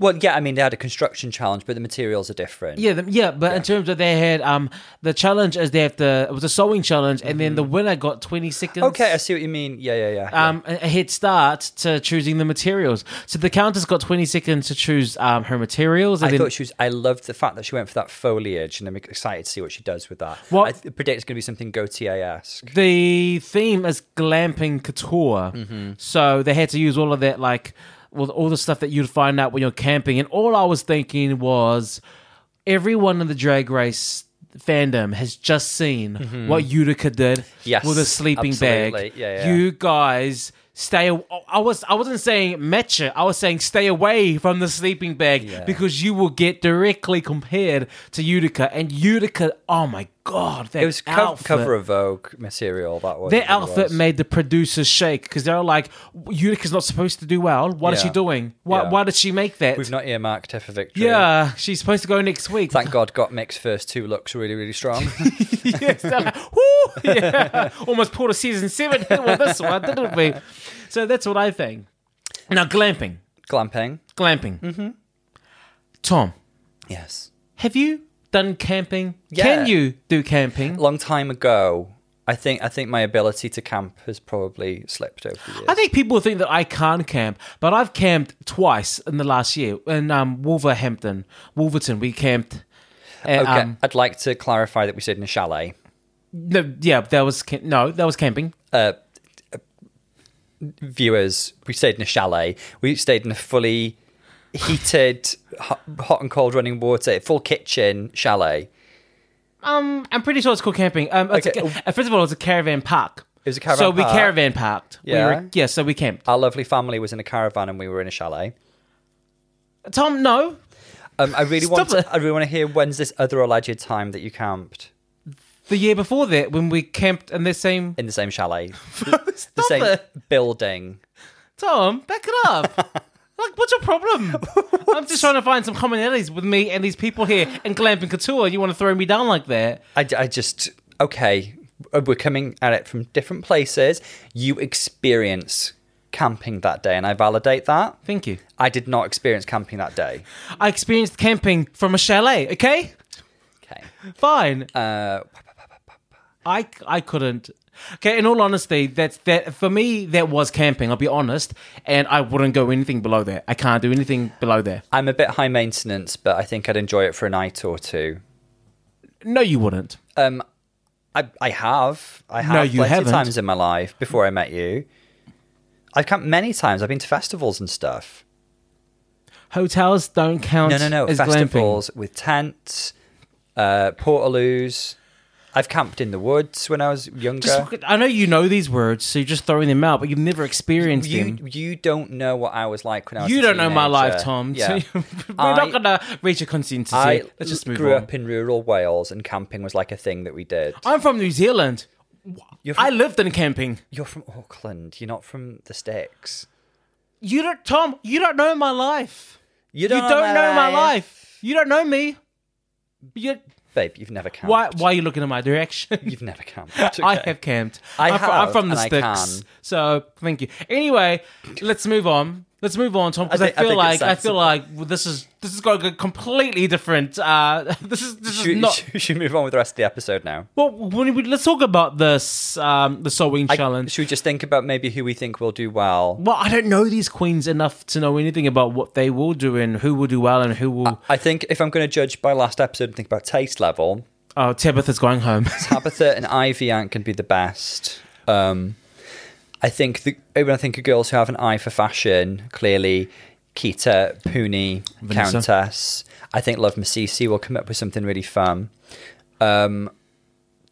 Speaker 2: Well, yeah, I mean, they had a construction challenge, but the materials are different.
Speaker 1: Yeah, the, yeah, but in terms of they had um the challenge is they have to it was a sewing challenge, and then the winner got twenty seconds.
Speaker 2: Mm-hmm. Okay, I see what you mean. Yeah, yeah, yeah. yeah.
Speaker 1: um, a a head start to choosing the materials. So the countess got 20 seconds to choose um, her materials. And
Speaker 2: I
Speaker 1: then,
Speaker 2: thought she was. I loved the fact that she went for that foliage, and I'm excited to see what she does with that.
Speaker 1: Well-
Speaker 2: I th- predict it's going to be something Gautier esque.
Speaker 1: the theme is glamping couture.
Speaker 2: Mm-hmm.
Speaker 1: So they had to use all of that, like, well, all the stuff that you'd find out when you're camping. And all I was thinking was everyone in the drag race fandom has just seen what Utica did
Speaker 2: Mm-hmm. Yes,
Speaker 1: with a sleeping bag.
Speaker 2: absolutely. Yeah, yeah.
Speaker 1: You guys. Stay. aw- I was. I wasn't saying match it. I was saying stay away from the sleeping bag because you will get directly compared to Utica. And Utica. Oh my god! That
Speaker 2: It was co-
Speaker 1: outfit.
Speaker 2: cover of Vogue material. That was
Speaker 1: Their
Speaker 2: what it
Speaker 1: outfit
Speaker 2: was.
Speaker 1: made the producers shake because they were like, Utica's not supposed to do well. What is
Speaker 2: Yeah.
Speaker 1: she doing? Why,
Speaker 2: Yeah.
Speaker 1: why did she make that?
Speaker 2: We've not earmarked her for victory.
Speaker 1: yeah, she's supposed to go next week.
Speaker 2: Thank God, got Mick's first two looks really, really strong.
Speaker 1: yes, they're like, whoo! Yeah. Almost pulled a season seven with this one, didn't we? So that's what I think. Now, glamping.
Speaker 2: Glamping.
Speaker 1: Glamping.
Speaker 2: Mm-hmm.
Speaker 1: Tom,
Speaker 2: Yes.
Speaker 1: have you done camping?
Speaker 2: Yeah.
Speaker 1: Can you do camping?
Speaker 2: Long time ago, I think I think my ability to camp has probably slipped over the years.
Speaker 1: I think people think that I can't camp, but I've camped twice in the last year in um, Wolverhampton, Wolverton. We camped. at,
Speaker 2: okay,
Speaker 1: um,
Speaker 2: I'd like to clarify that we stayed in a chalet.
Speaker 1: no, yeah, that was cam- no, that was camping.
Speaker 2: uh, viewers, we stayed in a chalet. We stayed in a fully heated, hot, hot and cold running water, full kitchen chalet.
Speaker 1: Um, I'm pretty sure it's called camping. Um, it's a
Speaker 2: Okay.
Speaker 1: ca- uh, first of all, it was a caravan park.
Speaker 2: It was a caravan
Speaker 1: So we
Speaker 2: park.
Speaker 1: caravan parked.
Speaker 2: Yeah.
Speaker 1: we were, yeah. So we camped.
Speaker 2: Our lovely family was in a caravan, and we were in a chalet.
Speaker 1: Tom, no,
Speaker 2: Um, I really want.
Speaker 1: Stop it.
Speaker 2: To, I really want to hear when's this other alleged time that you camped
Speaker 1: the year before that when we camped in the same.
Speaker 2: in the same chalet, the
Speaker 1: Stop
Speaker 2: same
Speaker 1: it.
Speaker 2: building.
Speaker 1: Tom, back it up. Like, what's your problem? I'm just trying to find some commonalities with me and these people here and Glamp and Couture. You want to throw me down like that?
Speaker 2: I, I just okay. Uh, We're coming at it from different places. You experience camping that day, and I validate that.
Speaker 1: Thank you.
Speaker 2: I did not experience camping that day.
Speaker 1: I experienced camping from a chalet, okay?
Speaker 2: Okay.
Speaker 1: Fine.
Speaker 2: Uh,
Speaker 1: I, I couldn't. Okay, in all honesty, that's that for me that was camping, I'll be honest, and I wouldn't go anything below that. I can't do anything below that.
Speaker 2: I'm a bit high maintenance, but I think I'd enjoy it for a night or two.
Speaker 1: No, you wouldn't.
Speaker 2: Um, I I have I have
Speaker 1: you
Speaker 2: plenty of
Speaker 1: haven't.
Speaker 2: times in my life before I met you. I've camped many times. I've been to festivals and stuff.
Speaker 1: Hotels don't count.
Speaker 2: No, no, no.
Speaker 1: As
Speaker 2: Festivals with tents, uh, portaloos. I've camped in the woods when I was younger.
Speaker 1: glamping. Just, I know you know these words, so you're just throwing them out, but you've never experienced
Speaker 2: you
Speaker 1: them.
Speaker 2: you don't know what I was like when I was.
Speaker 1: You
Speaker 2: a
Speaker 1: don't know my life,
Speaker 2: teenager.
Speaker 1: Tom.
Speaker 2: Yeah.
Speaker 1: So we're
Speaker 2: I-
Speaker 1: not gonna reach a consensus
Speaker 2: I
Speaker 1: here. Let's just move
Speaker 2: grew
Speaker 1: on.
Speaker 2: up in rural Wales, and camping was like a thing that we did.
Speaker 1: I'm from New Zealand.
Speaker 2: You're from-
Speaker 1: I lived in camping.
Speaker 2: You're from Auckland. You're not from the sticks.
Speaker 1: You don't, Tom. You don't know my life.
Speaker 2: You
Speaker 1: You
Speaker 2: don't,
Speaker 1: don't, know my life. You don't know me. You,
Speaker 2: babe. You've never camped.
Speaker 1: why? Why are you looking in my direction?
Speaker 2: You've never camped. Okay.
Speaker 1: I have camped.
Speaker 2: I
Speaker 1: am From, I'm
Speaker 2: have,
Speaker 1: from the
Speaker 2: and I
Speaker 1: sticks.
Speaker 2: can.
Speaker 1: So thank you. Anyway, let's move on. Let's move on, Tom, because I,
Speaker 2: think- I
Speaker 1: feel
Speaker 2: think
Speaker 1: like
Speaker 2: it's
Speaker 1: I feel like well, this is this has got to go completely different. Uh, this is this
Speaker 2: Should,
Speaker 1: is not.
Speaker 2: should, should we move on with the rest of the episode now?
Speaker 1: Well, when we, let's talk about this um, the sewing
Speaker 2: I-
Speaker 1: challenge.
Speaker 2: should we just think about maybe who we think will do well?
Speaker 1: well, I don't know these queens enough to know anything about what they will do and who will do well and who will.
Speaker 2: I think if I'm going to judge by last episode and think about taste level,
Speaker 1: oh, Tabitha's going home.
Speaker 2: Tabitha and Ivy Ant can be the best. Um, I think the when I think of girls who have an eye for fashion, clearly Kita, Puni,
Speaker 1: Vanessa.
Speaker 2: Countess. I think Love Masisi will come up with something really fun. Um,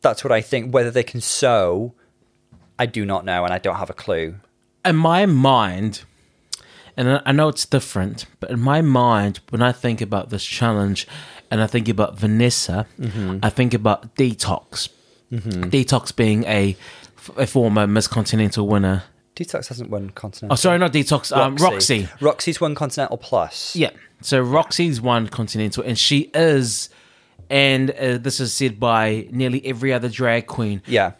Speaker 2: that's what I think. Whether they can sew, I do not know, and I don't have a clue.
Speaker 1: in my mind, and I- I know it's different, but in my mind, when I think about this challenge and I think about Vanessa, I think about Detox. Detox being a, a former Miss Continental winner.
Speaker 2: Detox hasn't won continental.
Speaker 1: Oh, sorry, not Detox, um, Roxy.
Speaker 2: Roxy's won continental plus.
Speaker 1: Yeah. So Roxy's won Continental, and she is, and uh, this is said by nearly every other drag queen,
Speaker 2: Yeah.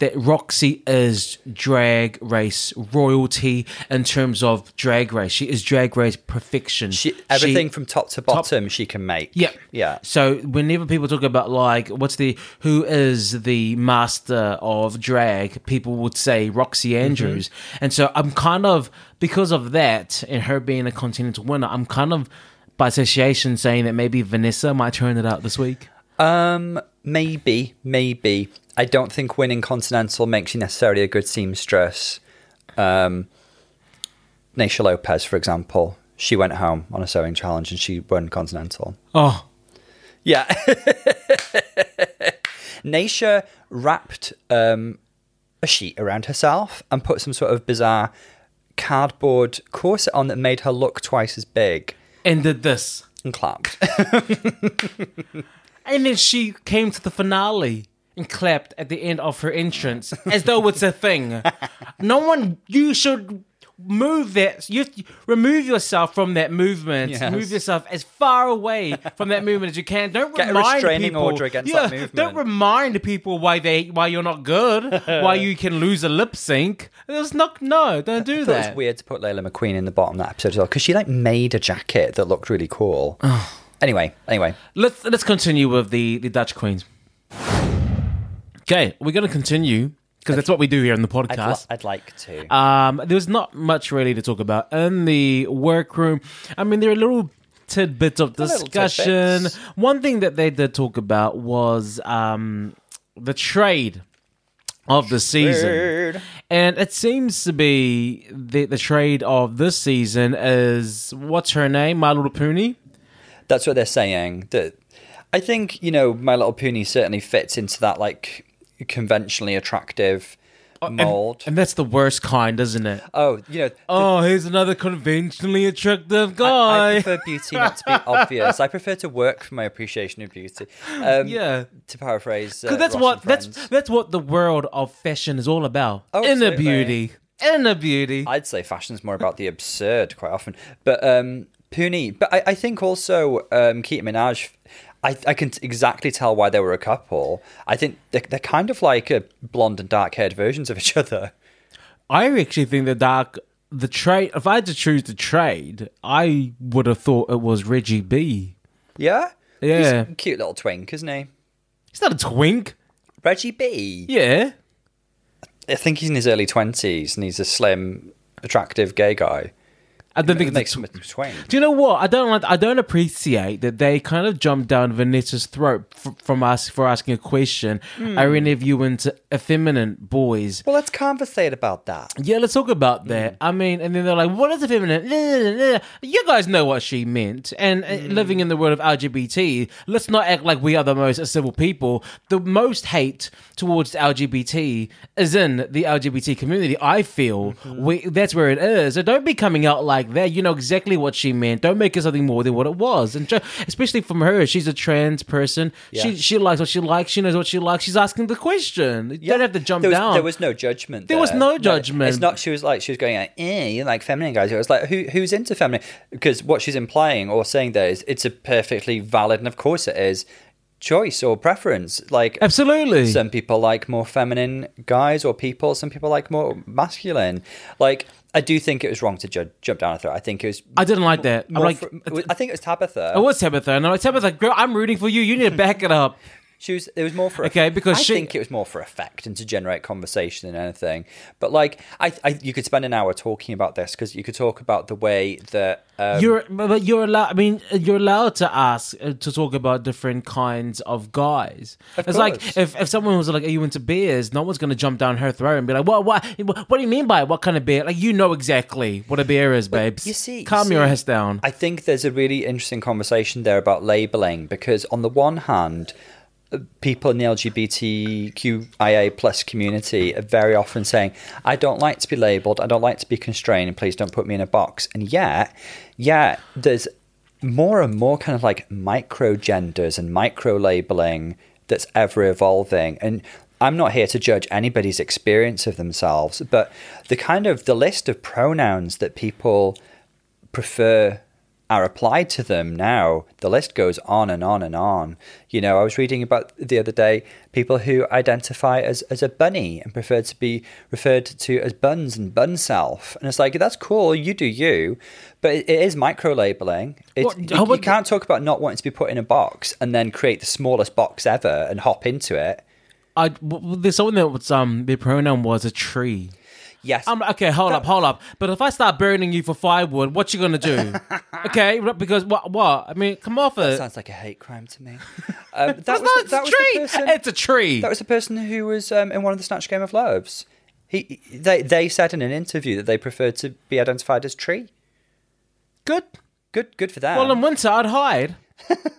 Speaker 1: that Roxy is drag race royalty in terms of drag race. She is drag race perfection.
Speaker 2: She, everything from top to bottom she can make.
Speaker 1: Yeah.
Speaker 2: Yeah.
Speaker 1: So whenever people talk about like what's the who is the master of drag, people would say Roxy
Speaker 2: Mm-hmm.
Speaker 1: Andrews. And so I'm kind of because of that and her being a continental winner, I'm kind of by association saying that maybe Vanessa might turn it out this week.
Speaker 2: Um, maybe, maybe. I don't think winning Continental makes you necessarily a good seamstress. Um, Naisha Lopez, for example, she went home on a sewing challenge and she won Continental.
Speaker 1: Oh,
Speaker 2: Yeah. Naisha wrapped um, a sheet around herself and put some sort of bizarre cardboard corset on that made her look twice as big
Speaker 1: and did this.
Speaker 2: and clapped.
Speaker 1: And then she came to the finale and clapped at the end of her entrance as though it's a thing. No one, you should move that, you have to remove yourself from that movement.
Speaker 2: Yes.
Speaker 1: Move yourself as far away from that movement as you can. Don't
Speaker 2: Get a
Speaker 1: remind
Speaker 2: restraining
Speaker 1: people,
Speaker 2: order against that movement.
Speaker 1: Don't remind people why they, why you're not good, why you can lose a lip sync. There's not, no, don't do
Speaker 2: thought it
Speaker 1: that.
Speaker 2: was weird to put Layla McQueen in the bottom of that episode as well because she like made a jacket that looked really cool. anyway, anyway,
Speaker 1: Let's let's continue with the the Dutch Queens. Okay, we're going to continue because that's what we do here in the
Speaker 2: I'd, li-
Speaker 1: podcast.
Speaker 2: I'd like to.
Speaker 1: Um, there was not much really to talk about in the workroom. I mean, there are little tidbits of
Speaker 2: little
Speaker 1: discussion.
Speaker 2: tidbits.
Speaker 1: One thing that they did talk about was um, the trade of the season.
Speaker 2: Weird.
Speaker 1: And it seems to be the, the trade of this season is what's her name? My Little Pony?
Speaker 2: That's what they're saying. That I think you know, My Little Pony certainly fits into that like conventionally attractive mold.
Speaker 1: Oh, And that's the worst kind, isn't it?
Speaker 2: oh, you know.
Speaker 1: Oh, here's another conventionally attractive guy.
Speaker 2: I prefer beauty not to be obvious. I prefer to work for my appreciation of beauty. Um,
Speaker 1: Yeah.
Speaker 2: To paraphrase, uh,
Speaker 1: Because that's
Speaker 2: Ross
Speaker 1: what
Speaker 2: and
Speaker 1: that's
Speaker 2: Friends.
Speaker 1: that's what the world of fashion is all about.
Speaker 2: Oh,
Speaker 1: Inner
Speaker 2: absolutely.
Speaker 1: beauty. Inner beauty.
Speaker 2: I'd say fashion's more about the absurd quite often. But um Puni, but I, I think also um Keith Minaj I, I can t- exactly tell why they were a couple. I think they're, they're kind of like a blonde and dark haired versions of each other.
Speaker 1: I actually think the dark the trade if I had to choose the trade, I would have thought it was Reggie B.
Speaker 2: Yeah?
Speaker 1: Yeah.
Speaker 2: He's a cute little twink, isn't he?
Speaker 1: He's not a twink.
Speaker 2: Reggie B.
Speaker 1: Yeah.
Speaker 2: I think he's in his early 20s and he's a slim, attractive gay guy.
Speaker 1: I don't think
Speaker 2: It
Speaker 1: it's a
Speaker 2: makes him a twink.
Speaker 1: Do you know what? I don't like. I don't appreciate that they kind of jumped down Vanessa's throat f- from us for asking a question.
Speaker 2: Hmm.
Speaker 1: Are any of you into effeminate boys?
Speaker 2: Well, let's conversate about that.
Speaker 1: Yeah, let's talk
Speaker 2: Mm.
Speaker 1: about that. I mean, and then they're like, "What is effeminate?" Nah, nah, nah, nah. You guys know what she meant. And uh,
Speaker 2: Mm.
Speaker 1: living in the world of LGBT, let's not act like we are the most civil people. The most hate towards LGBT is in the LGBT community. I feel
Speaker 2: Mm-hmm.
Speaker 1: we that's where it is. So don't be coming out like that. You know exactly what she meant. Don't make it something more than what it was. And ju- especially from her, she's a trans person. She
Speaker 2: Yeah.
Speaker 1: she likes what she likes. She knows what she likes. She's asking the question. You Don't have to jump
Speaker 2: there was,
Speaker 1: down.
Speaker 2: There was no judgment. There,
Speaker 1: was no
Speaker 2: It's
Speaker 1: judgment.
Speaker 2: not. She was like she was going like, eh, you like feminine guys. It was like who who's into feminine? Because what she's implying or saying there is it's a perfectly valid and of course it is choice or preference. Like
Speaker 1: Absolutely.
Speaker 2: some people like more feminine guys or people. Some people like more masculine. Like I do think it was wrong to ju- jump down a throat. I think it was.
Speaker 1: I didn't like that. I'm
Speaker 2: more
Speaker 1: like,
Speaker 2: fr- I think it was Tabitha.
Speaker 1: it was Tabitha, and I'm like, Tabitha, girl, I'm rooting for you. You need to back it up.
Speaker 2: She was. It was more for
Speaker 1: Okay, because
Speaker 2: I
Speaker 1: she-
Speaker 2: think it was more for effect and to generate conversation than anything. But like, I, I you could spend an hour talking about this because you could talk about the way that um,
Speaker 1: You're, but you're allowed. I mean, you're allowed to ask uh, to talk about different kinds of guys. it's like
Speaker 2: course.
Speaker 1: if, if someone was like, "Are you into beers?" No one's gonna jump down her throat and be like, "What? What? What do you mean by it? what kind of beer?" Like you know exactly what a beer is, babes.
Speaker 2: you see- you
Speaker 1: calm your
Speaker 2: see-
Speaker 1: ass down.
Speaker 2: I think there's a really interesting conversation there about labeling because on the one hand, uh, people in the LGBTQIA plus community are very often saying, "I don't like to be labeled. I don't like to be constrained. Please don't put me in a box." And yet, yeah, there's more and more kind of like micro genders and micro labeling that's ever evolving and i'm not here to judge anybody's experience of themselves but the kind of the list of pronouns that people prefer are applied to them now. The list goes on and on and on. You know, I was reading about the other day people who identify as, as a bunny and prefer to be referred to as buns and bun self. And it's like, that's cool, you do you. But it, it is micro labeling.
Speaker 1: What- how
Speaker 2: You, you
Speaker 1: about-
Speaker 2: can't talk about not wanting to be put in a box and then create the smallest box ever and hop into it.
Speaker 1: I w- w- there's someone that was um their pronoun was a tree.
Speaker 2: Yes.
Speaker 1: I'm like, okay, hold up, hold up. But if I start burning you for firewood, what you gonna do? okay, because what? What? I mean, come off it.
Speaker 2: Sounds like a hate crime to me. Um, that
Speaker 1: That's
Speaker 2: was
Speaker 1: not
Speaker 2: the,
Speaker 1: it's a
Speaker 2: that was
Speaker 1: tree.
Speaker 2: the person,
Speaker 1: it's a tree.
Speaker 2: that was the person who was um, in one of the Snatch Game of Loves. He they they said in an interview that they preferred to be identified as tree.
Speaker 1: good.
Speaker 2: Good good for that.
Speaker 1: Well, in winter, I'd hide.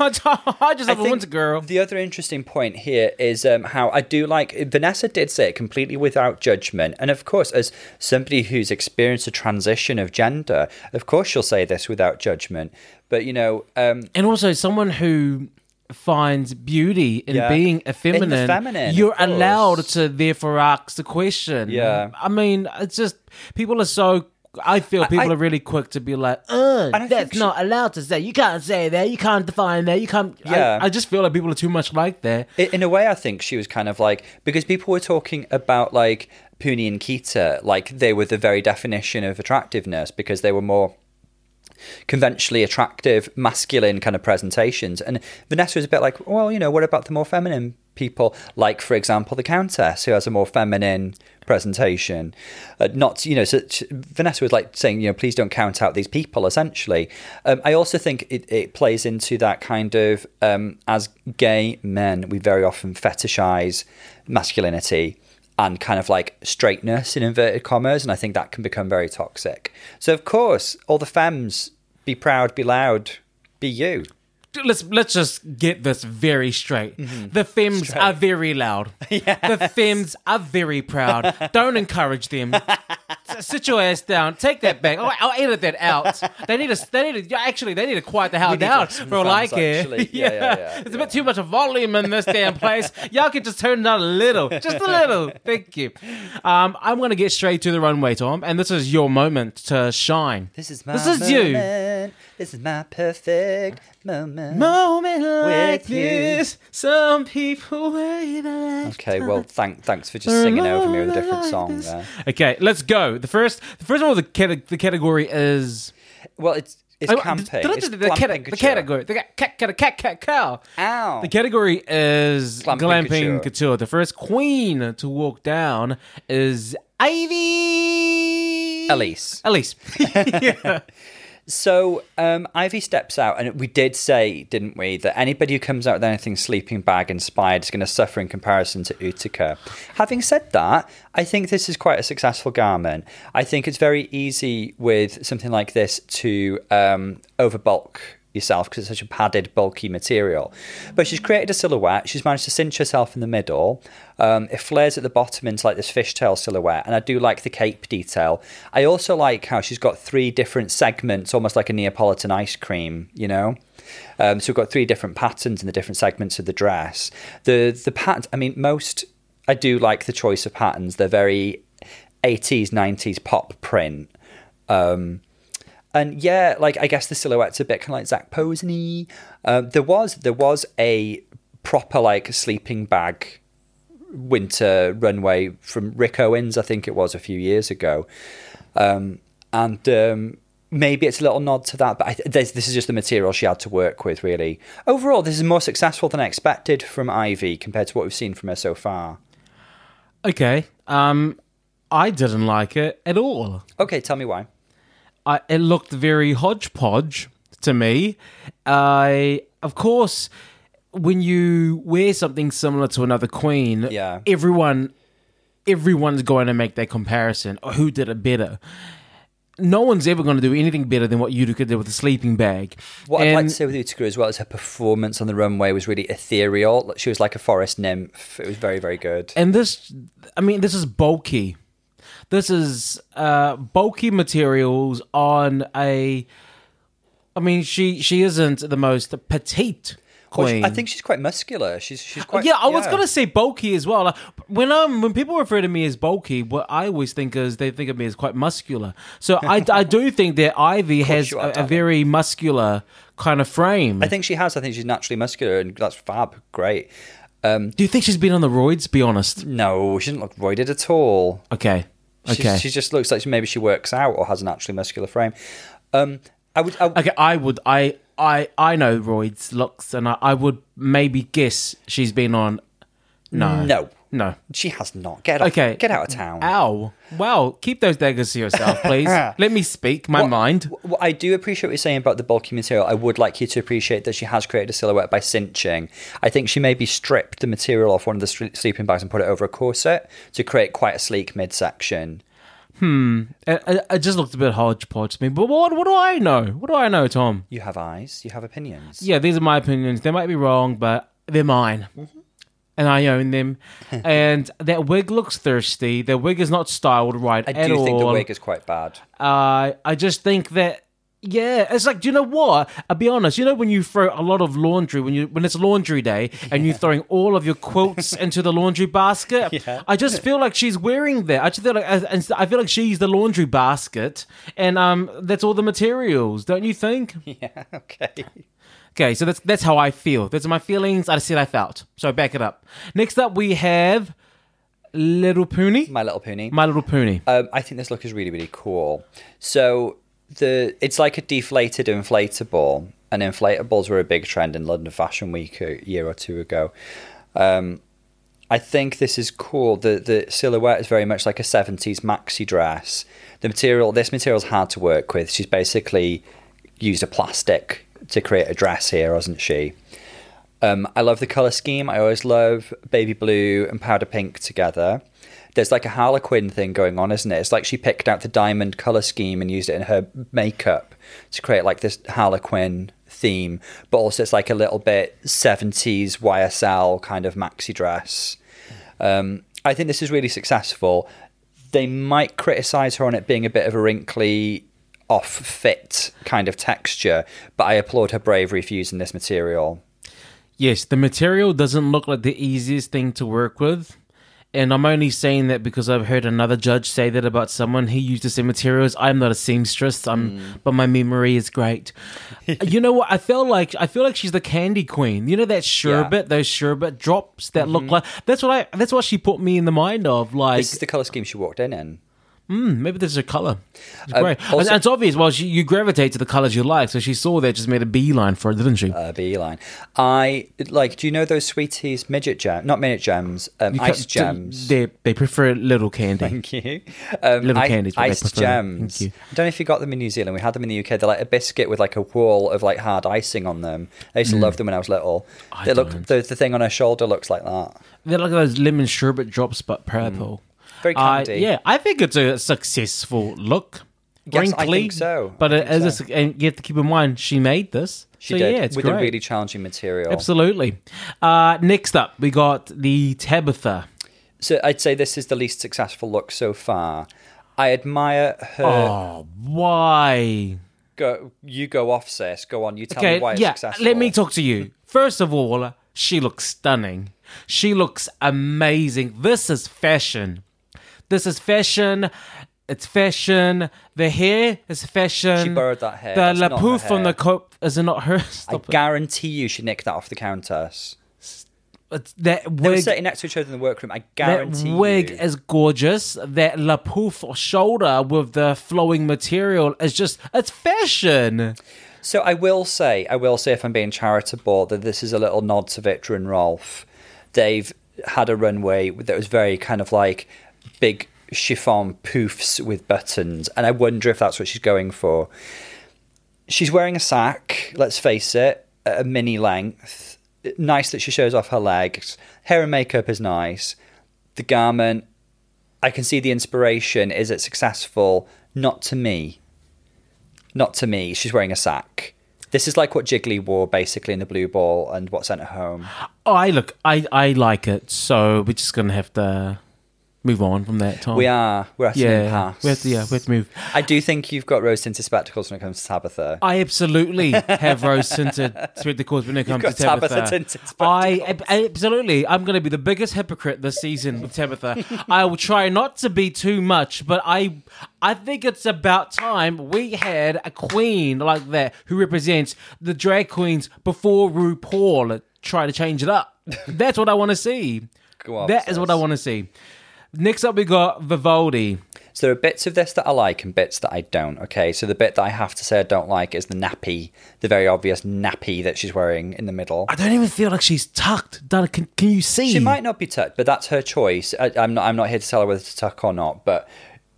Speaker 1: I'd, I'd just
Speaker 2: I
Speaker 1: have a
Speaker 2: think
Speaker 1: winter girl.
Speaker 2: The other interesting point here is um, how I do like Vanessa did say it completely without judgment, and of course, as somebody who's experienced a transition of gender, of course she'll say this without judgment. But you know, um,
Speaker 1: and also someone who finds beauty in
Speaker 2: Yeah.
Speaker 1: being
Speaker 2: the
Speaker 1: effeminate,
Speaker 2: feminine, of
Speaker 1: you're
Speaker 2: course.
Speaker 1: allowed to therefore ask the question.
Speaker 2: Yeah.
Speaker 1: I mean, it's just people are so. I feel people
Speaker 2: I-
Speaker 1: are really quick to be like, "Uh,
Speaker 2: I don't think
Speaker 1: that's
Speaker 2: she-
Speaker 1: not allowed to say. You can't say that. You can't define that. You can't." I-
Speaker 2: Yeah.
Speaker 1: I, just feel like people are too much like that.
Speaker 2: I- In a way, I think she was kind of like because people were talking about like Puni and Kita, like they were the very definition of attractiveness because they were more conventionally attractive, masculine kind of presentations. And Vanessa was a bit like, well, you know, what about the more feminine people? Like, for example, the Countess, who has a more feminine presentation. Uh, not, you know, so she- Vanessa was like saying, you know, please don't count out these people, essentially. Um, I also think it, it plays into that kind of, um, as gay men, we very often fetishize masculinity and kind of like straightness in inverted commas. And I think that can become very toxic. So, of course, all the femmes be proud, be loud, be you.
Speaker 1: Dude, Let's let's just get this very straight.
Speaker 2: Mm-hmm.
Speaker 1: The femmes are very loud. The femmes are very proud. Don't encourage them. S- Sit your ass down. Take that back. Oh, I'll edit that out. They need to. They need to. Actually, they need to quiet the hell
Speaker 2: need
Speaker 1: down
Speaker 2: less
Speaker 1: for all I
Speaker 2: femmes,
Speaker 1: care.
Speaker 2: actually. Yeah, yeah, yeah,
Speaker 1: it's a
Speaker 2: yeah.
Speaker 1: bit too much volume in this damn place. Y'all can just turn it down a little, just a little. Thank you. Um, I'm gonna get straight to the runway, Tom, and this is your moment to shine.
Speaker 2: This is my
Speaker 1: This is you.
Speaker 2: moment. This is my perfect moment.
Speaker 1: moment like
Speaker 2: With you.
Speaker 1: this. Some people wait a
Speaker 2: okay, well, thank, thanks for just singing over me with a different song there.
Speaker 1: Okay, let's go. The first, the first one of the, cate- the category is
Speaker 2: Well, it's, it's
Speaker 1: Oh,
Speaker 2: camping.
Speaker 1: did I
Speaker 2: It's
Speaker 1: do the, cate-
Speaker 2: glamping
Speaker 1: the
Speaker 2: couture.
Speaker 1: category. The cat, cat, cat, cat, cat, cow.
Speaker 2: Ow.
Speaker 1: The category is
Speaker 2: Glamping
Speaker 1: glamping,
Speaker 2: couture.
Speaker 1: couture. The first queen to walk down is Ivy
Speaker 2: Elise.
Speaker 1: Elise. yeah.
Speaker 2: So um, Ivy steps out, and we did say, didn't we, that anybody who comes out with anything sleeping bag inspired is going to suffer in comparison to Utica. Having said that, I think this is quite a successful garment. I think it's very easy with something like this to um, overbulk yourself because it's such a padded, bulky material. But she's created a silhouette. She's managed to cinch herself in the middle. Um, it flares at the bottom into like this fishtail silhouette, and I do like the cape detail. I also like how she's got three different segments, almost like a Neapolitan ice cream. You know. Um, so we've got three different patterns in the different segments of the dress. The the pat, I mean, most I do like the choice of patterns. They're very 80s, 90s pop print. And yeah, like I guess the silhouette's a bit kind of like Zach Posney. Um, there was there was a proper like sleeping bag winter runway from Rick Owens, I think it was a few years ago, um, and um, maybe it's a little nod to that. But I, this, this is just the material she had to work with, really. Overall, this is more successful than I expected from Ivy compared to what we've seen from her so far.
Speaker 1: Okay. Um, I didn't like it at all.
Speaker 2: Okay, tell me why.
Speaker 1: I, it looked very hodgepodge to me. I, of course, when you wear something similar to another queen,
Speaker 2: Yeah.
Speaker 1: everyone, everyone's going to make that comparison. Oh, who did it better? No one's ever going to do anything better than what Utica did with the sleeping bag.
Speaker 2: What I'd like
Speaker 1: And-
Speaker 2: to say with Utica as well is her performance on the runway was really ethereal. She was like a forest nymph. It was very, very good.
Speaker 1: and this i mean this is bulky this is uh bulky materials on a i mean she she isn't the most petite
Speaker 2: Well, she-
Speaker 1: queen.
Speaker 2: I think she's quite muscular. She's she's quite.
Speaker 1: yeah, I was gonna say bulky as well. Like, when um when people refer to me as bulky, what I always think is they think of me as quite muscular. So I, I do think that Ivy has
Speaker 2: you are,
Speaker 1: a, a
Speaker 2: darling.
Speaker 1: very muscular kind of frame.
Speaker 2: I think she has. I think she's naturally muscular, and that's fab. Great. Um,
Speaker 1: do you think she's been on the roids? Be honest.
Speaker 2: no, she doesn't look roided at all.
Speaker 1: Okay.
Speaker 2: She's-
Speaker 1: Okay.
Speaker 2: She just looks like she, maybe she works out or has an actually muscular frame. Um, I would. I,
Speaker 1: Okay, I would. I I I know Royd's looks, and I, I would maybe guess she's been on. No,
Speaker 2: No.
Speaker 1: no.
Speaker 2: She has not. Get off,
Speaker 1: Okay,
Speaker 2: Get out of town.
Speaker 1: Ow! Wow, keep those daggers to yourself, please. Let me speak my mind.
Speaker 2: W- w- I do appreciate what you're saying about the bulky material. I would like you to appreciate that she has created a silhouette by cinching. I think she maybe stripped the material off one of the stre- sleeping bags and put it over a corset to create quite a sleek midsection.
Speaker 1: It, Uh, it- it just looked a bit hodgepodge to me. But what what do I know? What do I know, Tom?
Speaker 2: You have eyes. You have opinions.
Speaker 1: Yeah, these are my opinions. They might be wrong, but they're mine.
Speaker 2: Mm-hmm.
Speaker 1: And I own them. and that wig looks thirsty. That wig is not styled right
Speaker 2: I
Speaker 1: at
Speaker 2: do
Speaker 1: all.
Speaker 2: think the wig is quite bad.
Speaker 1: Uh, I just think that yeah, it's like do you know what? I'll be honest. You know when you throw a lot of laundry when you when it's laundry day and you're throwing all of your quilts into the laundry basket. I just feel like she's wearing that. I just feel like I, and I feel like she's the laundry basket, and um, that's all the materials, don't you think?
Speaker 2: Yeah. Okay.
Speaker 1: Okay, so that's that's how I feel. Those are my feelings. I said I felt. So back it up. Next up, we have Little Poonie,
Speaker 2: My little pony.
Speaker 1: my little Poonie.
Speaker 2: Um, I think this look is really really cool. So the it's like a deflated inflatable, and inflatables were a big trend in London Fashion Week a year or two ago. Um, I think this is cool. The the silhouette is very much like a seventies maxi dress. The material this material's hard to work with. She's basically used a plastic to create a dress here, hasn't she? Um, I love the color scheme. I always love baby blue and powder pink together. There's like a harlequin thing going on, isn't it? It's like she picked out the diamond color scheme and used it in her makeup to create like this harlequin theme, but also it's like a little bit 70s YSL kind of maxi dress. Um, I think this is really successful. They might criticize her on it being a bit of a wrinkly, off fit kind of texture, but I applaud her bravery for using this material.
Speaker 1: Yes, the material doesn't look like the easiest thing to work with. And I'm only saying that because I've heard another judge say that about someone. He used the same materials. I'm not a seamstress. I'm,
Speaker 2: Mm.
Speaker 1: but my memory is great. you know what? I feel like I feel like she's the candy queen. You know that sherbet, those sherbet drops that
Speaker 2: Mm-hmm.
Speaker 1: look like. That's what I. That's what she put me in the mind of. Like
Speaker 2: This is the color scheme she walked in in.
Speaker 1: "Hmm, maybe there's a color. It's
Speaker 2: Um,
Speaker 1: great. And-
Speaker 2: also-
Speaker 1: and it's obvious. Well, she, you gravitate to the colors you like. So she saw that, just made a beeline for it, didn't she?
Speaker 2: Uh, beeline. I like. Do you know those sweeties midget gem? Not midget gems. Um,
Speaker 1: You
Speaker 2: ice
Speaker 1: cut-
Speaker 2: gems.
Speaker 1: They they prefer little candy.
Speaker 2: Thank you. Um,
Speaker 1: Little
Speaker 2: I-
Speaker 1: candies, what they
Speaker 2: Ice
Speaker 1: prefer.
Speaker 2: gems.
Speaker 1: Thank you.
Speaker 2: I don't know if you got them in New Zealand. We had them in the UK. They're like a biscuit with like a wall of like hard icing on them. I used to love them when I was little.
Speaker 1: Mm. I
Speaker 2: they look.
Speaker 1: don't.
Speaker 2: The, the thing on her shoulder looks like that.
Speaker 1: They're like those lemon sherbet drops, but purple.
Speaker 2: Mm. Very
Speaker 1: I-
Speaker 2: candy.
Speaker 1: yeah, I think it's a successful look.
Speaker 2: Yes, I
Speaker 1: Wrinkly,
Speaker 2: think so. I
Speaker 1: But it
Speaker 2: think
Speaker 1: is a suc- and you have to keep in mind she made this.
Speaker 2: She
Speaker 1: so
Speaker 2: did
Speaker 1: yeah, it's
Speaker 2: with
Speaker 1: great.
Speaker 2: a really challenging material.
Speaker 1: Absolutely. Uh, next up, we got the Tabitha.
Speaker 2: So I'd say this is the least successful look so far. I admire her.
Speaker 1: Oh, why?
Speaker 2: Go, you go off, sis. Go on. You tell me
Speaker 1: Okay,
Speaker 2: why it's
Speaker 1: yeah.
Speaker 2: successful.
Speaker 1: Let me talk to you. First of all, she looks stunning. She looks amazing. This is fashion. This is fashion. It's fashion. The hair is fashion.
Speaker 2: She borrowed that hair.
Speaker 1: The
Speaker 2: That's
Speaker 1: La
Speaker 2: not her
Speaker 1: Pouffe on
Speaker 2: hair.
Speaker 1: the coat is it not hers?
Speaker 2: I guarantee you she nicked that off the countess.
Speaker 1: It's- that
Speaker 2: They were
Speaker 1: wig.
Speaker 2: sitting next to each other in the workroom. I
Speaker 1: That
Speaker 2: guarantee
Speaker 1: wig
Speaker 2: you.
Speaker 1: is gorgeous. That La Pouffe shoulder with the flowing material is just—it's fashion.
Speaker 2: So I will say, I will say, if I'm being charitable, that this is a little nod to Victor and Rolf. They've had a runway that was very kind of like big chiffon poofs with buttons, and I wonder if that's what she's going for. She's wearing a sack. Let's face it, at a mini length. Nice that she shows off her legs. Hair and makeup is nice. The garment. I can see the inspiration. Is it successful? Not to me. Not to me. She's wearing a sack. This is like what Jiggly wore basically in the blue ball and
Speaker 1: Oh.
Speaker 2: what sent her home.
Speaker 1: I look, I I like it. So we're just gonna have to move on from that, Tom.
Speaker 2: We are. We're at an
Speaker 1: Yeah,
Speaker 2: impasse.
Speaker 1: we have to, yeah, we have to move.
Speaker 2: I do think you've got rose tinted spectacles when it comes to Tabitha.
Speaker 1: I absolutely have rose tinted through the course when it comes
Speaker 2: got
Speaker 1: to Tabitha.
Speaker 2: Tabitha tinted
Speaker 1: I ab- absolutely. I'm going to be the biggest hypocrite this season with Tabitha. I will try not to be too much, but I, I think it's about time we had a queen like that who represents the drag queens before RuPaul try to change it up. That's what I want to see.
Speaker 2: Go on,
Speaker 1: that is
Speaker 2: sis.
Speaker 1: what I want to see. Next up, we got Vivaldi.
Speaker 2: So there are bits of this that I like and bits that I don't. Okay, so the bit that I have to say I don't like is the nappy, the very obvious nappy that she's wearing in the middle.
Speaker 1: I don't even feel like she's tucked. Donna, can, can you see?
Speaker 2: She might not be tucked, but that's her choice. I, I'm not. I'm not here to tell her whether to tuck or not. But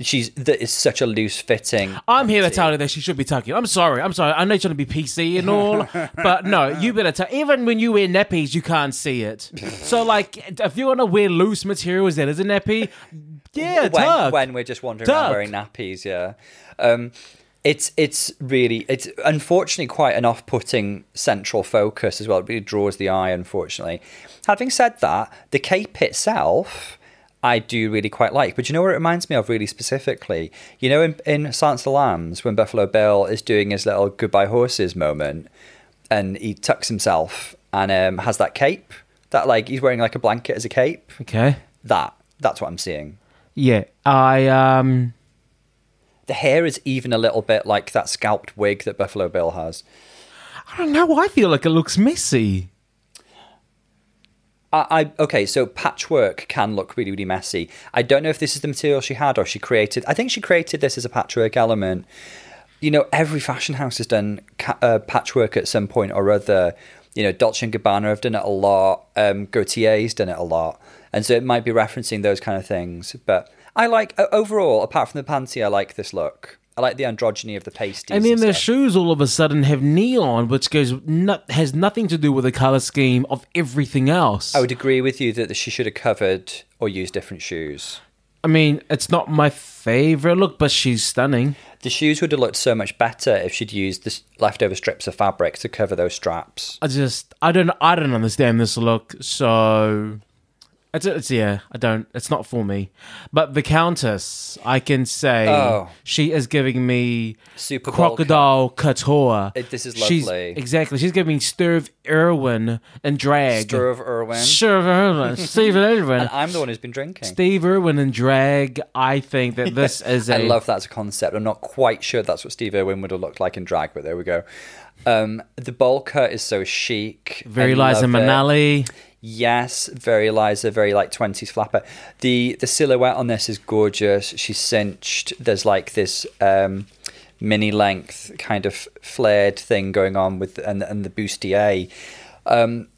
Speaker 2: she's that is such a loose fitting.
Speaker 1: I'm here to tell her that she should be tucking. I'm sorry. I'm sorry. I know you're trying to be PC and all, but no, you better tuck. Even when you wear nappies, you can't see it. So, like, if you want to wear loose materials that is a nappy, yeah,
Speaker 2: when,
Speaker 1: tuck.
Speaker 2: when we're just wandering
Speaker 1: Tuck.
Speaker 2: around wearing nappies, yeah. Um, it's it's really it's unfortunately quite an off-putting central focus as well. It really draws the eye, unfortunately. Having said that, the cape itself. I do really quite like, but you know what it reminds me of really specifically? You know, in, in Silence of the Lambs, when Buffalo Bill is doing his little goodbye horses moment and he tucks himself and um, has that cape, that like he's wearing like a blanket as a cape,
Speaker 1: Okay.
Speaker 2: that, that's what I'm seeing.
Speaker 1: Yeah. I, um,
Speaker 2: The hair is even a little bit like that scalped wig that Buffalo Bill has.
Speaker 1: I don't know. I feel like it looks messy.
Speaker 2: I, I okay, so patchwork can look really, really messy. I don't know if this is the material she had or she created. I think she created this as a patchwork element. You know, every fashion house has done ca- uh, patchwork at some point or other. You know, Dolce and Gabbana have done it a lot. Um, Gaultier's done it a lot, and so it might be referencing those kind of things. But I like o- overall, apart from the panty, I like this look. I like the androgyny of the pasties.
Speaker 1: And then their
Speaker 2: stuff.
Speaker 1: shoes all of a sudden have neon, which goes not, has nothing to do with the color scheme of everything else.
Speaker 2: I would agree with you that she should have covered or used different shoes.
Speaker 1: I mean, it's not my favorite look, but she's stunning.
Speaker 2: The shoes would have looked so much better if she'd used the s- leftover strips of fabric to cover those straps.
Speaker 1: I just I don't I don't understand this look. So it's, it's yeah I don't. It's not for me. But the Countess, I can say
Speaker 2: Oh.
Speaker 1: she is giving me
Speaker 2: Super Bowl
Speaker 1: crocodile couture.
Speaker 2: It- this is
Speaker 1: She's-
Speaker 2: lovely.
Speaker 1: exactly. She's giving me Sturve Irwin and drag.
Speaker 2: Stir of Irwin.
Speaker 1: Sturve Irwin, Steve Irwin,
Speaker 2: And I'm the one who's been drinking.
Speaker 1: Steve Irwin and drag. I think that this is a
Speaker 2: I love that as a concept. I'm not quite sure that's what Steve Irwin would have looked like in drag, but there we go. Um, the bowl cut is so chic.
Speaker 1: very
Speaker 2: I
Speaker 1: Liza
Speaker 2: love it.
Speaker 1: Minnelli.
Speaker 2: Yes, very Liza, very like twenties flapper. The the silhouette on this is gorgeous. She's cinched. There's like this um, mini length kind of flared thing going on with and and the bustier. Um,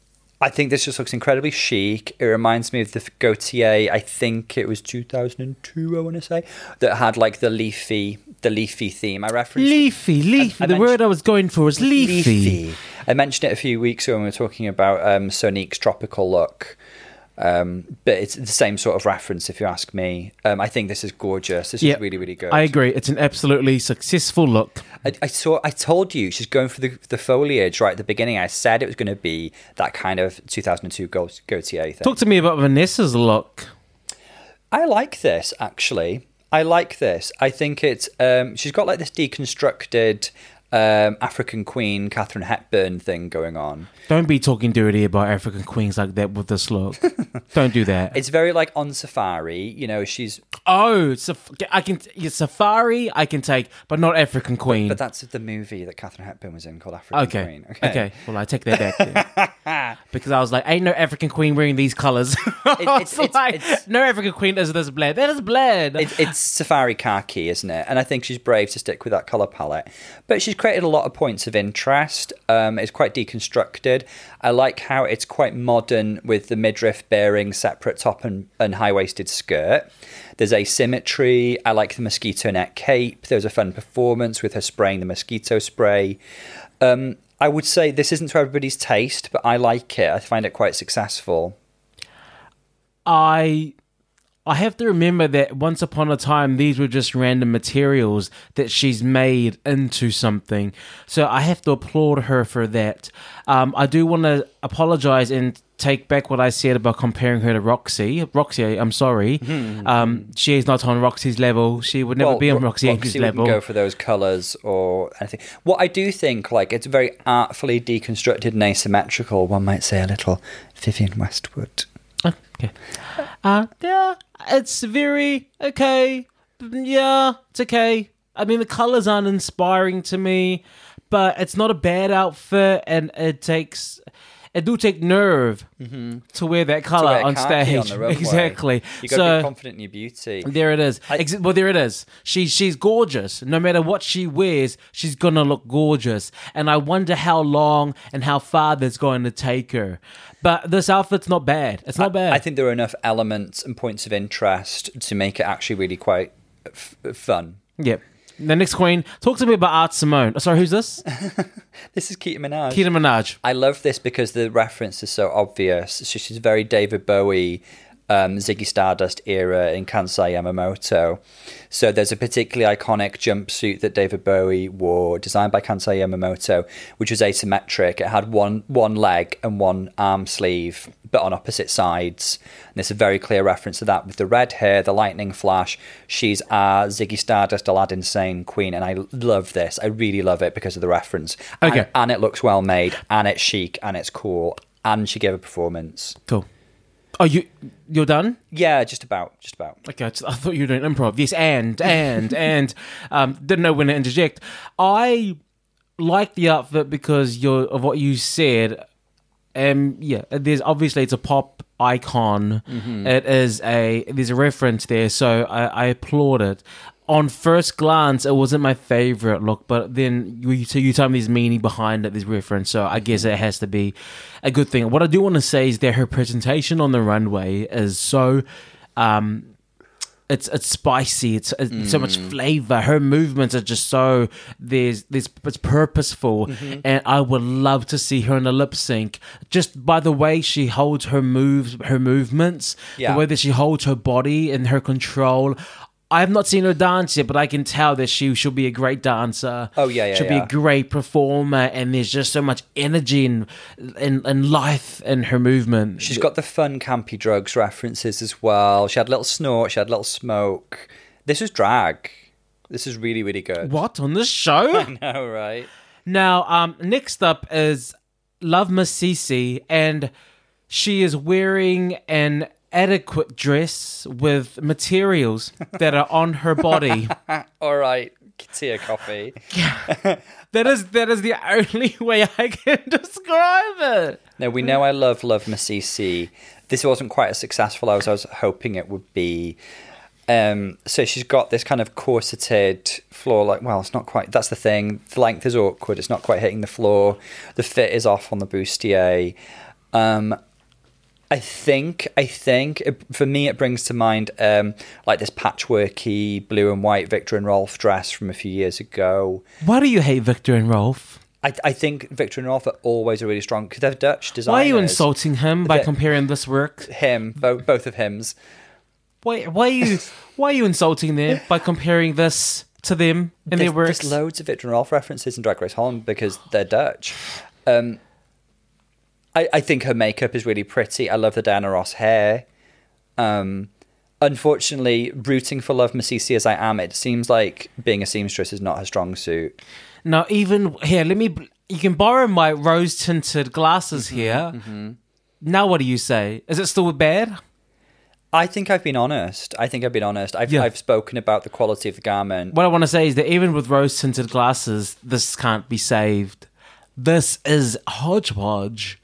Speaker 2: I think this just looks incredibly chic. It reminds me of the Gautier. I think it was 2002. I want to say that had like the leafy the leafy theme. I referenced
Speaker 1: Leafy, leafy.
Speaker 2: I
Speaker 1: the word
Speaker 2: mentioned-
Speaker 1: I was going for was leafy.
Speaker 2: I mentioned it a few weeks ago when we were talking about um, Sonique's tropical look. Um, but it's the same sort of reference, if you ask me. Um, I think this is gorgeous. This
Speaker 1: Yeah,
Speaker 2: is really, really good.
Speaker 1: I agree. It's an absolutely successful look.
Speaker 2: I, I saw. I told you she's going for the, the foliage right at the beginning. I said it was going to be that kind of 2002 Gau- Gautier thing.
Speaker 1: Talk to me about Vanessa's look.
Speaker 2: I like this actually. I like this. I think it's um, she's got like this deconstructed um, African Queen Catherine Hepburn thing going on.
Speaker 1: Don't be talking dirty about African queens like that with this look. Don't do that.
Speaker 2: It's very like on safari. You know, she's
Speaker 1: oh, saf- I can yeah, safari. I can take, but not African queen.
Speaker 2: But that's the movie that Catherine Hepburn was in called African
Speaker 1: Mm. okay.
Speaker 2: Queen.
Speaker 1: okay, Well, I take that back then. because I was like, ain't no African queen wearing these colors.
Speaker 2: it's- it's-
Speaker 1: like,
Speaker 2: it's-
Speaker 1: no African queen is this bled. That is bled.
Speaker 2: It, it's safari khaki, isn't it? And I think she's brave to stick with that color palette. But she's created a lot of points of interest. Um, it's quite deconstructed. I like how it's quite modern with the midriff bearing separate top and, and high waisted skirt. There's asymmetry. I like the mosquito net cape. There's a fun performance with her spraying the mosquito spray. Um, I would say this isn't to everybody's taste, but I like it. I find it quite successful.
Speaker 1: I I have to remember that once upon a time these were just random materials that she's made into something. So I have to applaud her for that. Um, I do want to apologize and take back what I said about comparing her to Roxy. Roxy, I'm sorry. Um, she is not on Roxy's level. She would never
Speaker 2: Hmm. Well,
Speaker 1: be on
Speaker 2: Ro-
Speaker 1: Roxy Andrews'
Speaker 2: Roxy wouldn't
Speaker 1: level.
Speaker 2: go for those colors or anything. What I do think, like, it's very artfully deconstructed and asymmetrical. One might say a little Vivian Westwood.
Speaker 1: Oh, okay. Uh, yeah, it's very okay. Yeah, it's okay. I mean, the colors aren't inspiring to me, but it's not a bad outfit, and it takes. It do take nerve to wear that color
Speaker 2: Mm-hmm. Wear
Speaker 1: Uh, on
Speaker 2: khaki
Speaker 1: stage.
Speaker 2: on the runway.
Speaker 1: exactly.
Speaker 2: You got to be
Speaker 1: So
Speaker 2: confident in your beauty.
Speaker 1: there it is. Ex- well, there it is. She she's gorgeous. No matter what she wears, she's gonna look gorgeous. And I wonder how long and how far that's going to take her. But this outfit's not bad. It's not bad.
Speaker 2: I think there are enough elements and points of interest to make it actually really quite f- fun.
Speaker 1: Yep. The next queen. Talk to me about Art Simone. Oh, sorry, who's this?
Speaker 2: This is Keita Minaj.
Speaker 1: Keita Minaj.
Speaker 2: I love this because the reference is so obvious. So she's very David Bowie, um, Ziggy Stardust era in Kansai Yamamoto. So there's a particularly iconic jumpsuit that David Bowie wore, designed by Kansai Yamamoto, which was asymmetric. It had one one leg and one arm sleeve, but on opposite sides. And there's a very clear reference to that with the red hair, the lightning flash. She's our Ziggy Stardust, Aladdin Sane queen, and I love this. I really love it because of the reference. And-
Speaker 1: Okay.
Speaker 2: and it looks well made, and it's chic, and it's cool, and she gave a performance.
Speaker 1: Cool. Oh, you you're done?
Speaker 2: Yeah, just about, just about.
Speaker 1: Okay, I, just- I thought you were doing improv. Yes, and and and um, didn't know when to interject. I like the outfit because you're, of what you said. Um, yeah, there's obviously it's a pop icon. It is a there's a reference there, so I, I applaud it. On first glance, it wasn't my favorite look, but then you so you tell me there's meaning behind it, there's reference, so I guess it has to be a good thing. What I do want to say is that her presentation on the runway is so um, it's it's spicy. It's, it's so much
Speaker 2: Mm.
Speaker 1: flavor. Her movements are just so there's there's it's purposeful,
Speaker 2: Mm-hmm.
Speaker 1: and I would love to see her in a lip sync. Just by the way she holds her moves, her movements,
Speaker 2: Yeah.
Speaker 1: the way that she holds her body and her control. I have not seen her dance yet, but I can tell that she she'll be a great dancer.
Speaker 2: Oh, yeah, yeah,
Speaker 1: she'll be
Speaker 2: yeah.
Speaker 1: a great performer, and there's just so much energy and and, and life in her movement.
Speaker 2: She's got the fun campy drugs references as well. She had a little snort, she had a little smoke. This is drag. This is really, really good.
Speaker 1: what on this show?
Speaker 2: No, right?
Speaker 1: Now, um, next up is Love Masisi, and she is wearing an adequate dress with materials that are on her body.
Speaker 2: All right, tea or coffee.
Speaker 1: that is that is the only way I can describe it.
Speaker 2: Now we know I love Love Masisi. This wasn't quite as successful as I was hoping it would be. Um, so she's got this kind of corseted floor, like well, it's not quite. That's the thing. The length is awkward. It's not quite hitting the floor. The fit is off on the bustier. Um, I think, I think it, for me, it brings to mind um, like this patchworky blue and white Victor and Rolf dress from a few years ago.
Speaker 1: Why do you hate Victor and Rolf?
Speaker 2: I, I think Victor and Rolf are always a really strong because they're Dutch designers.
Speaker 1: Why are you insulting him by
Speaker 2: That-
Speaker 1: comparing this work?
Speaker 2: him, both both of hims.
Speaker 1: Why why are you why are you insulting them by comparing this to them and
Speaker 2: There's,
Speaker 1: their works?
Speaker 2: there's loads of Victor and Rolf references in Drag Race Holland because they're Dutch. Um, I, I think her makeup is really pretty. I love the Diana Ross hair. Um, unfortunately, rooting for Love Masisi as I am, it seems like being a seamstress is not her strong suit.
Speaker 1: Now, even here, let me. You can borrow my rose tinted
Speaker 2: Mm-hmm,
Speaker 1: glasses here. Now, what do you say? Is it still bad?
Speaker 2: I think I've been honest. I think I've been honest. I've,
Speaker 1: Yeah.
Speaker 2: I've spoken about the quality of the garment.
Speaker 1: What I want to say is that even with rose tinted glasses, this can't be saved. This is hodgepodge.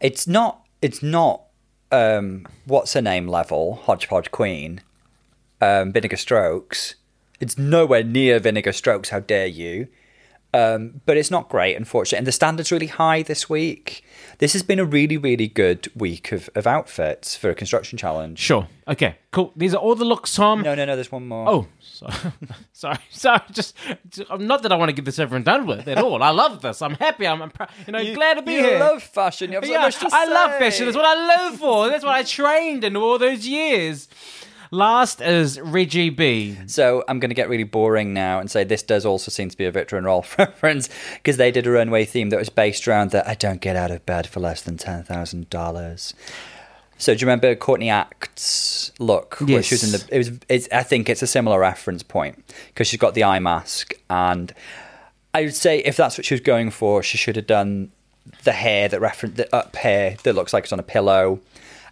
Speaker 2: It's not. It's not. Um, what's her name? Level hodgepodge queen. Um, Vinegar Strokes. It's nowhere near Vinegar Strokes. How dare you? Um, but it's not great, unfortunately. And the standard's really high this week. This has been a really, really good week of, of outfits for a construction challenge.
Speaker 1: Sure. Okay. Cool. These are all the looks, Tom.
Speaker 2: No, no, no. There's one more.
Speaker 1: Oh, sorry. sorry. Sorry. Just, just- not that I want to get this over and done with at all. I love this. I'm happy. I'm, I'm pr- you know, glad to be
Speaker 2: you
Speaker 1: here.
Speaker 2: love fashion. You have so
Speaker 1: Yeah,
Speaker 2: much to
Speaker 1: I love
Speaker 2: say.
Speaker 1: fashion. That's what I live for. That's what I trained in all those years. Last is Reggie B.
Speaker 2: So I'm going to get really boring now and say this does also seem to be a Victor and Rolf reference because they did a runway theme that was based around that I don't get out of bed for less than ten thousand dollars. So do you remember Courtney Act's look? Where she was in
Speaker 1: Yes.
Speaker 2: the. It was. It's, I think it's a similar reference point because she's got the eye mask, and I would say if that's what she was going for, she should have done the hair that reference the up hair that looks like it's on a pillow.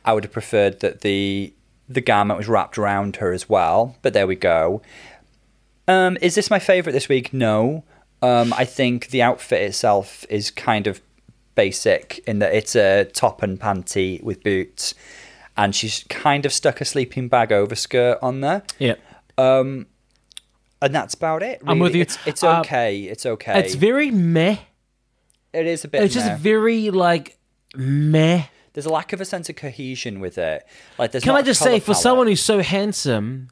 Speaker 2: I would have preferred that the the garment was wrapped around her as well. But there we go. Um, is this my favorite this week? No. Um, I think the outfit itself is kind of basic in that it's a top and panty with boots, and she's kind of stuck a sleeping bag overskirt on there,
Speaker 1: Yeah.
Speaker 2: and that's about it.
Speaker 1: I'm with
Speaker 2: really.
Speaker 1: you.
Speaker 2: It's, it's
Speaker 1: Uh,
Speaker 2: okay. it's okay.
Speaker 1: It's very meh.
Speaker 2: it is a bit.
Speaker 1: It's
Speaker 2: meh.
Speaker 1: just very like meh.
Speaker 2: there's a lack of a sense of cohesion with it. Like, there's
Speaker 1: Can
Speaker 2: not
Speaker 1: I
Speaker 2: a
Speaker 1: just
Speaker 2: colour
Speaker 1: say, for
Speaker 2: palette.
Speaker 1: someone who's so handsome,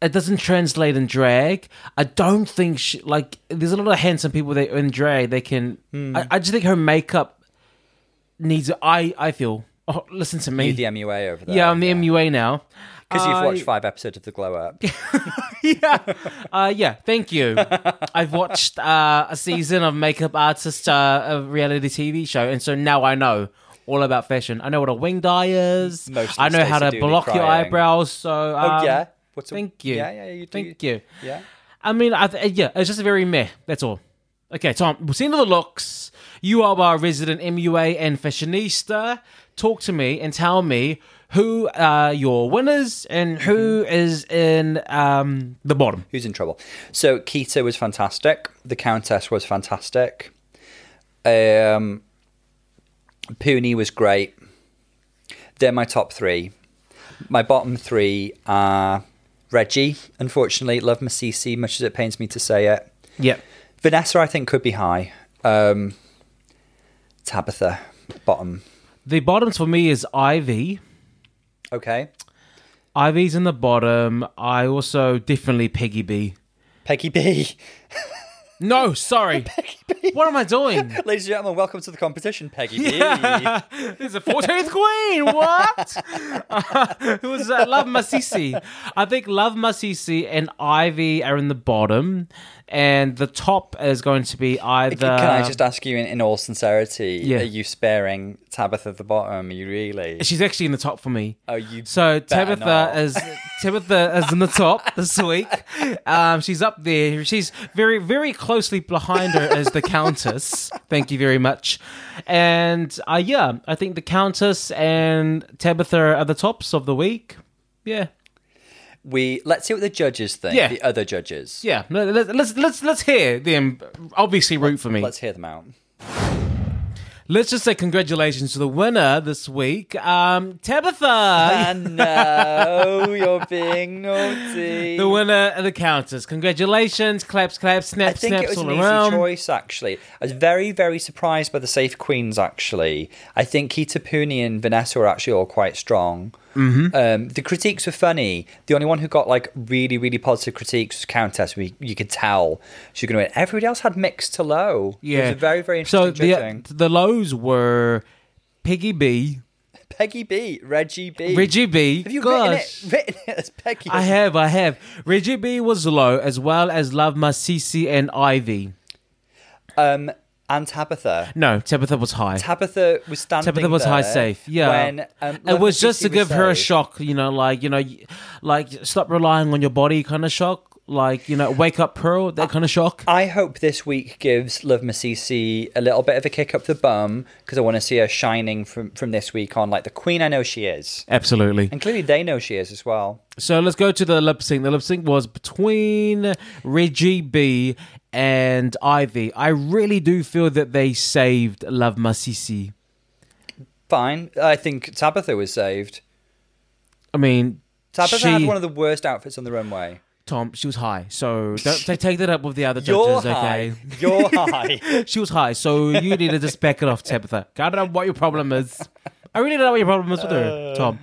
Speaker 1: it doesn't translate in drag. I don't think she, like there's a lot of handsome people that in drag they can.
Speaker 2: Hmm.
Speaker 1: I, I just think her makeup needs. I I feel. Oh, listen to me.
Speaker 2: the MUA over there,
Speaker 1: yeah, I'm the MUA now.
Speaker 2: because you've
Speaker 1: I-
Speaker 2: watched five episodes of the Glow Up.
Speaker 1: yeah. Uh, yeah, thank you. I've watched uh, a season of Makeup Artist, uh, a reality TV show, and so now I know all about fashion. I know what a wing dye is.
Speaker 2: Mostly
Speaker 1: I know how to
Speaker 2: Stacey Dooley
Speaker 1: block your
Speaker 2: crying. Oh,
Speaker 1: eyebrows. So, um,
Speaker 2: yeah. What's a-
Speaker 1: thank you.
Speaker 2: Yeah, yeah, you do-
Speaker 1: Thank you.
Speaker 2: yeah.
Speaker 1: I mean, I th- yeah, it's just very meh. That's all. Okay, Tom, we've seen all the looks. You are our resident MUA and fashionista. Talk to me and tell me who are your winners and who
Speaker 2: Mm-hmm.
Speaker 1: is in um, the bottom.
Speaker 2: Who's in trouble? So Keita was fantastic. The Countess was fantastic. Um, Puni was great. They're my top three. My bottom three are Reggie. Unfortunately, love Masisi, much as it pains me to say it.
Speaker 1: Yep.
Speaker 2: Vanessa, I think, could be high. Um, Tabitha, bottom.
Speaker 1: The bottoms for me is Ivy.
Speaker 2: Okay.
Speaker 1: Ivy's in the bottom. I also definitely Peggy B.
Speaker 2: Peggy B.
Speaker 1: No, sorry. What am I doing?
Speaker 2: Ladies and gentlemen, welcome to the competition, Peggy B.
Speaker 1: There's a 14th queen. What? Who was that? Love Masisi. I think Love Masisi and Ivy are in the bottom, and the top is going to be either.
Speaker 2: Can I just ask you, in, in all sincerity,
Speaker 1: Uh, Yeah.
Speaker 2: are you sparing Tabitha at the bottom? Are you really?
Speaker 1: She's actually in the top for me.
Speaker 2: Oh, you.
Speaker 1: So
Speaker 2: better
Speaker 1: Tabitha
Speaker 2: not.
Speaker 1: is Tabitha is in the top this week. Um, she's up there. She's very very closely behind her is the Countess. Thank you very much. And uh, yeah, I think the Countess and Tabitha are the tops of the week. Yeah,
Speaker 2: we let's see what the judges think.
Speaker 1: Yeah.
Speaker 2: The other judges.
Speaker 1: yeah. No, Let's let's let's, let's hear them. Obviously, root for me.
Speaker 2: Let's hear them out.
Speaker 1: Let's just say congratulations to the winner this week, um, Tabitha.
Speaker 2: And no, you're being naughty.
Speaker 1: The winner of the counters. Congratulations. Claps, claps,
Speaker 2: I
Speaker 1: snaps,
Speaker 2: think it
Speaker 1: snaps
Speaker 2: was
Speaker 1: all
Speaker 2: an easy
Speaker 1: around.
Speaker 2: choice, actually. I was very, very surprised by the safe queens, actually. I think Kita Puni and Vanessa were actually all quite strong.
Speaker 1: Mm-hmm.
Speaker 2: Um, the critiques were funny. The only one who got like really, really positive critiques was Countess. We, you could tell she was going to win. Everybody else had mixed to low. It
Speaker 1: Yeah.
Speaker 2: was a very, very
Speaker 1: So
Speaker 2: interesting
Speaker 1: the, uh,
Speaker 2: judging.
Speaker 1: the lows were Peggy B,
Speaker 2: Peggy B, Reggie B.
Speaker 1: Reggie B.
Speaker 2: Have you
Speaker 1: gosh.
Speaker 2: written it? Written it as Peggy.
Speaker 1: I have, I have. Reggie B was low, as well as Love Masisi and Ivy.
Speaker 2: Um, and Tabitha.
Speaker 1: No, Tabitha was high.
Speaker 2: Tabitha was standing.
Speaker 1: Tabitha was high
Speaker 2: there
Speaker 1: safe. Yeah.
Speaker 2: When, um,
Speaker 1: it
Speaker 2: Love
Speaker 1: was just
Speaker 2: Masisi
Speaker 1: to
Speaker 2: was
Speaker 1: give her a
Speaker 2: safe.
Speaker 1: shock, you know, like, you know, y- like stop relying on your body kind of shock. Like, you know, wake up Pearl, that kind of shock.
Speaker 2: I hope this week gives Love Masisi a little bit of a kick up the bum because I want to see her shining from, from this week on, like the queen I know she is.
Speaker 1: Absolutely.
Speaker 2: And clearly they know she is as well.
Speaker 1: So let's go to the lip sync. The lip sync was between Reggie B and Ivy. I really do feel that they saved Love Masisi.
Speaker 2: Fine. I think Tabitha was saved.
Speaker 1: I mean,
Speaker 2: Tabitha
Speaker 1: she,
Speaker 2: had one of the worst outfits on the runway.
Speaker 1: Tom, she was high. So don't they take that up with the other
Speaker 2: You're
Speaker 1: judges,
Speaker 2: high.
Speaker 1: okay?
Speaker 2: You're high.
Speaker 1: She was high, so you need to just back it off, Tabitha. I don't know what your problem is. I really don't know what your problem is with her, Tom.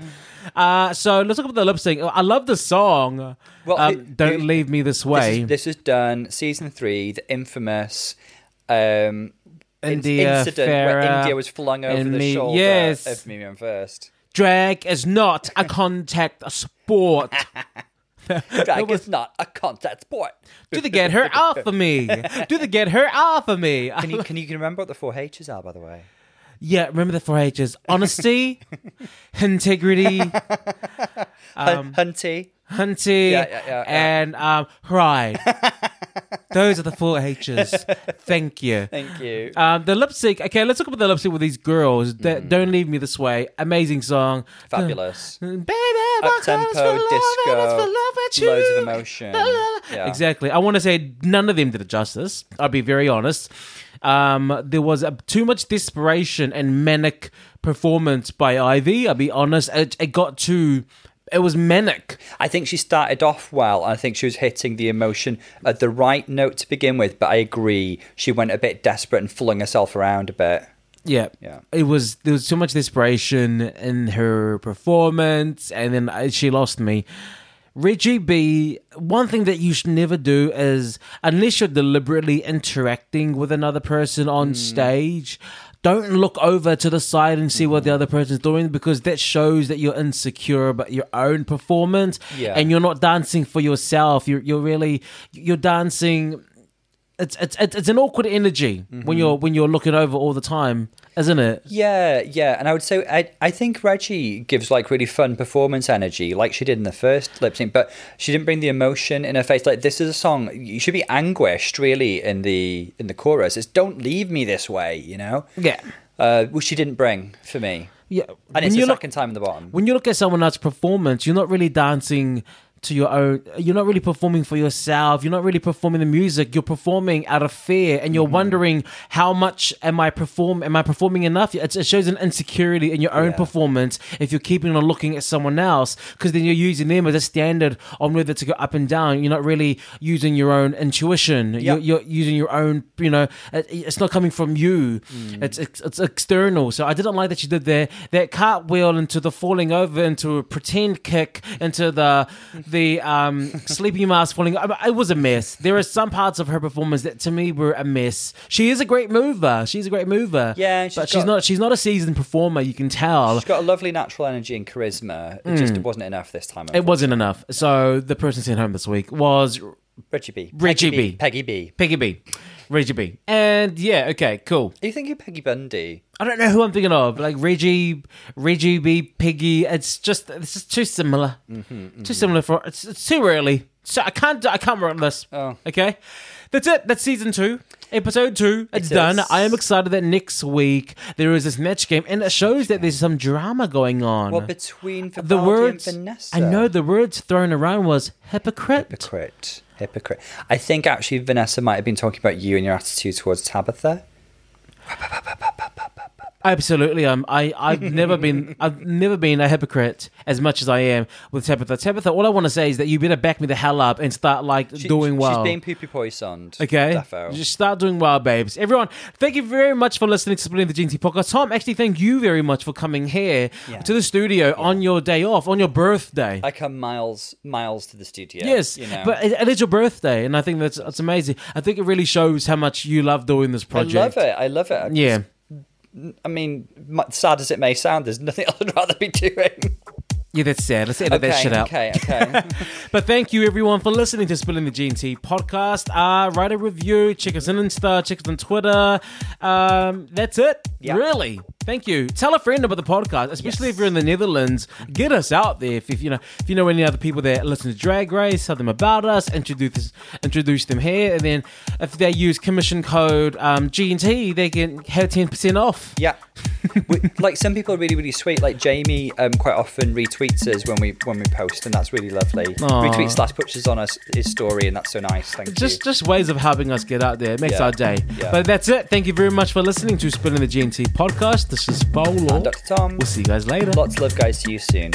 Speaker 1: Uh, so let's talk about the lip sync. I love the song.
Speaker 2: Well,
Speaker 1: um,
Speaker 2: who-
Speaker 1: don't
Speaker 2: who-
Speaker 1: leave me this
Speaker 2: This
Speaker 1: way.
Speaker 2: is, this is done. Season three, the infamous um, in-
Speaker 1: India,
Speaker 2: incident where
Speaker 1: Farah,
Speaker 2: India was flung over
Speaker 1: and
Speaker 2: the
Speaker 1: Mi-
Speaker 2: shoulder
Speaker 1: yes.
Speaker 2: of Miriam first.
Speaker 1: Drag is not a contact sport.
Speaker 2: Drag is not a contact sport.
Speaker 1: Do they get her off of me? Do they get her off of me?
Speaker 2: Can you, can you remember what the four H's are, by the way?
Speaker 1: Yeah, remember the four H's: honesty, integrity,
Speaker 2: Hun- Hunty.
Speaker 1: hunty,
Speaker 2: Yeah, yeah, yeah, yeah.
Speaker 1: and um, pride. Those are the four H's. Thank you.
Speaker 2: Thank you.
Speaker 1: Um, the lipstick. Okay, let's talk about the lipstick with these girls. That
Speaker 2: Mm.
Speaker 1: Don't leave me this way. Amazing song.
Speaker 2: Fabulous.
Speaker 1: Mm, Baby, my
Speaker 2: Up-tempo,
Speaker 1: heart is for love, and it's for
Speaker 2: disco,
Speaker 1: love at you.
Speaker 2: Loads of emotion. Yeah.
Speaker 1: Exactly. I want to say none of them did it justice. I'll be very honest. Um, there was a, too much desperation and manic performance by Ivy. I'll be honest. It, it got too. It was manic.
Speaker 2: I think she started off well. and I think she was hitting the emotion at the right note to begin with, but I agree. She went a bit desperate and flung herself around a bit.
Speaker 1: Yeah.
Speaker 2: Yeah.
Speaker 1: It was there was so much desperation in her performance and then I, she lost me. Reggie B, one thing that you should never do is unless you're deliberately interacting with another person on stage, don't look over to the side and see what the other person's doing because that shows that you're insecure about your own performance
Speaker 2: Yeah.
Speaker 1: and you're not dancing for yourself. You're you're really you're dancing it's it's it's it's an awkward energy when you're when you're looking over all the time, isn't it?
Speaker 2: Yeah, yeah. And I would say, I, I think Reggie gives like really fun performance energy, like she did in the first lip sync, but she didn't bring the emotion in her face. Like, this is a song, you should be anguished really in the in the chorus. It's don't leave me this way, you know?
Speaker 1: Yeah.
Speaker 2: Uh, which she didn't bring for me.
Speaker 1: Yeah.
Speaker 2: And it's
Speaker 1: you
Speaker 2: the
Speaker 1: look
Speaker 2: second time in the bottom.
Speaker 1: when you look at someone else's performance, you're not really dancing to your own. You're not really performing for yourself. You're not really performing the music. You're performing out of fear, and you're wondering how much am I perform? Am I performing enough? It's, it shows an insecurity in your own
Speaker 2: Yeah.
Speaker 1: performance if you're keeping on looking at someone else, because then you're using them as a standard on whether to go up and down. You're not really using your own intuition. You're, you're using your own. You know, it- it's not coming from you.
Speaker 2: Mm.
Speaker 1: It's, it's it's external. So I didn't like that she did there that cartwheel into the falling over into a pretend kick into the the um sleeping mask falling. I mean, It was a mess. There are some parts of her performance that to me were a mess. She is a great mover. She's a great mover.
Speaker 2: Yeah, and she's
Speaker 1: but she's
Speaker 2: got-
Speaker 1: not she's not a seasoned performer. You can tell.
Speaker 2: She's got a lovely natural energy and charisma. It
Speaker 1: Mm.
Speaker 2: just wasn't enough this time.
Speaker 1: It wasn't enough. So the person sent home this week was
Speaker 2: Reggie B.
Speaker 1: Reggie
Speaker 2: Peggy
Speaker 1: B.
Speaker 2: Peggy B.
Speaker 1: Peggy B. Reggie B. And yeah, okay, cool.
Speaker 2: Are you thinking Peggy Bundy?
Speaker 1: I don't know who I'm thinking of. Like Reggie, Reggie B, Piggy. It's just this is too similar. Too similar for it's, it's too early. So I can't do- I can't run this.
Speaker 2: Oh.
Speaker 1: Okay, that's it. That's season two, episode two. It's
Speaker 2: It
Speaker 1: done.
Speaker 2: is.
Speaker 1: I am excited that next week there is this match game, and it shows that there's some drama going on.
Speaker 2: Well, between Vivaldi
Speaker 1: the words
Speaker 2: and Vanessa.
Speaker 1: I know the words thrown around was hypocrite.
Speaker 2: Hypocrite. Hypocrite. I think actually Vanessa might have been talking about you and your attitude towards Tabitha.
Speaker 1: Absolutely, um, I I've never been I've never been a hypocrite as much as I am with Tabitha. Tabitha, all I want to say is that you better back me the hell up and start like
Speaker 2: She-
Speaker 1: doing well.
Speaker 2: She's being poo poo poisoned.
Speaker 1: Okay,
Speaker 2: Defo.
Speaker 1: just start doing well, babes. Everyone, thank you very much for listening to Splitting the GNT podcast. Tom, actually, thank you very much for coming here
Speaker 2: Yeah.
Speaker 1: to the studio on your day off, on your birthday.
Speaker 2: I come miles, miles to the studio.
Speaker 1: Yes,
Speaker 2: you know.
Speaker 1: but it, it is your birthday, and I think that's that's amazing. I think it really shows how much you love doing this
Speaker 2: I
Speaker 1: project.
Speaker 2: love it. I love it. I just-
Speaker 1: Yeah.
Speaker 2: I mean, mu- sad as it may sound, there's nothing else I'd rather be doing.
Speaker 1: Yeah, that's sad. Let's edit that
Speaker 2: okay,
Speaker 1: shit out.
Speaker 2: okay, okay.
Speaker 1: But thank you everyone for listening to Spilling the GNT podcast. Uh, write a review, check us on Insta, check us on Twitter. Um, that's it.
Speaker 2: Yeah.
Speaker 1: Really. Thank you. Tell a friend about the podcast, especially if you're in the Netherlands. Get us out there. If, if you know if you know any other people that listen to Drag Race, tell them about us, introduce introduce them here, and then if they use commission code um, GNT, they can have ten percent off.
Speaker 2: Yeah, we, like some people are really really sweet. Like Jamie, um, quite often retweets us when we when we post, and that's really lovely. Retweets slash pushes on us his story, and that's so nice. Thank
Speaker 1: just
Speaker 2: you.
Speaker 1: just ways of helping us get out there. It makes
Speaker 2: Yeah.
Speaker 1: our day.
Speaker 2: Yeah.
Speaker 1: But that's it. Thank you very much for listening to Spinning the GNT podcast. This is Bolo.
Speaker 2: Dr. Tom.
Speaker 1: We'll see you guys later.
Speaker 2: Lots of love, guys. See you soon.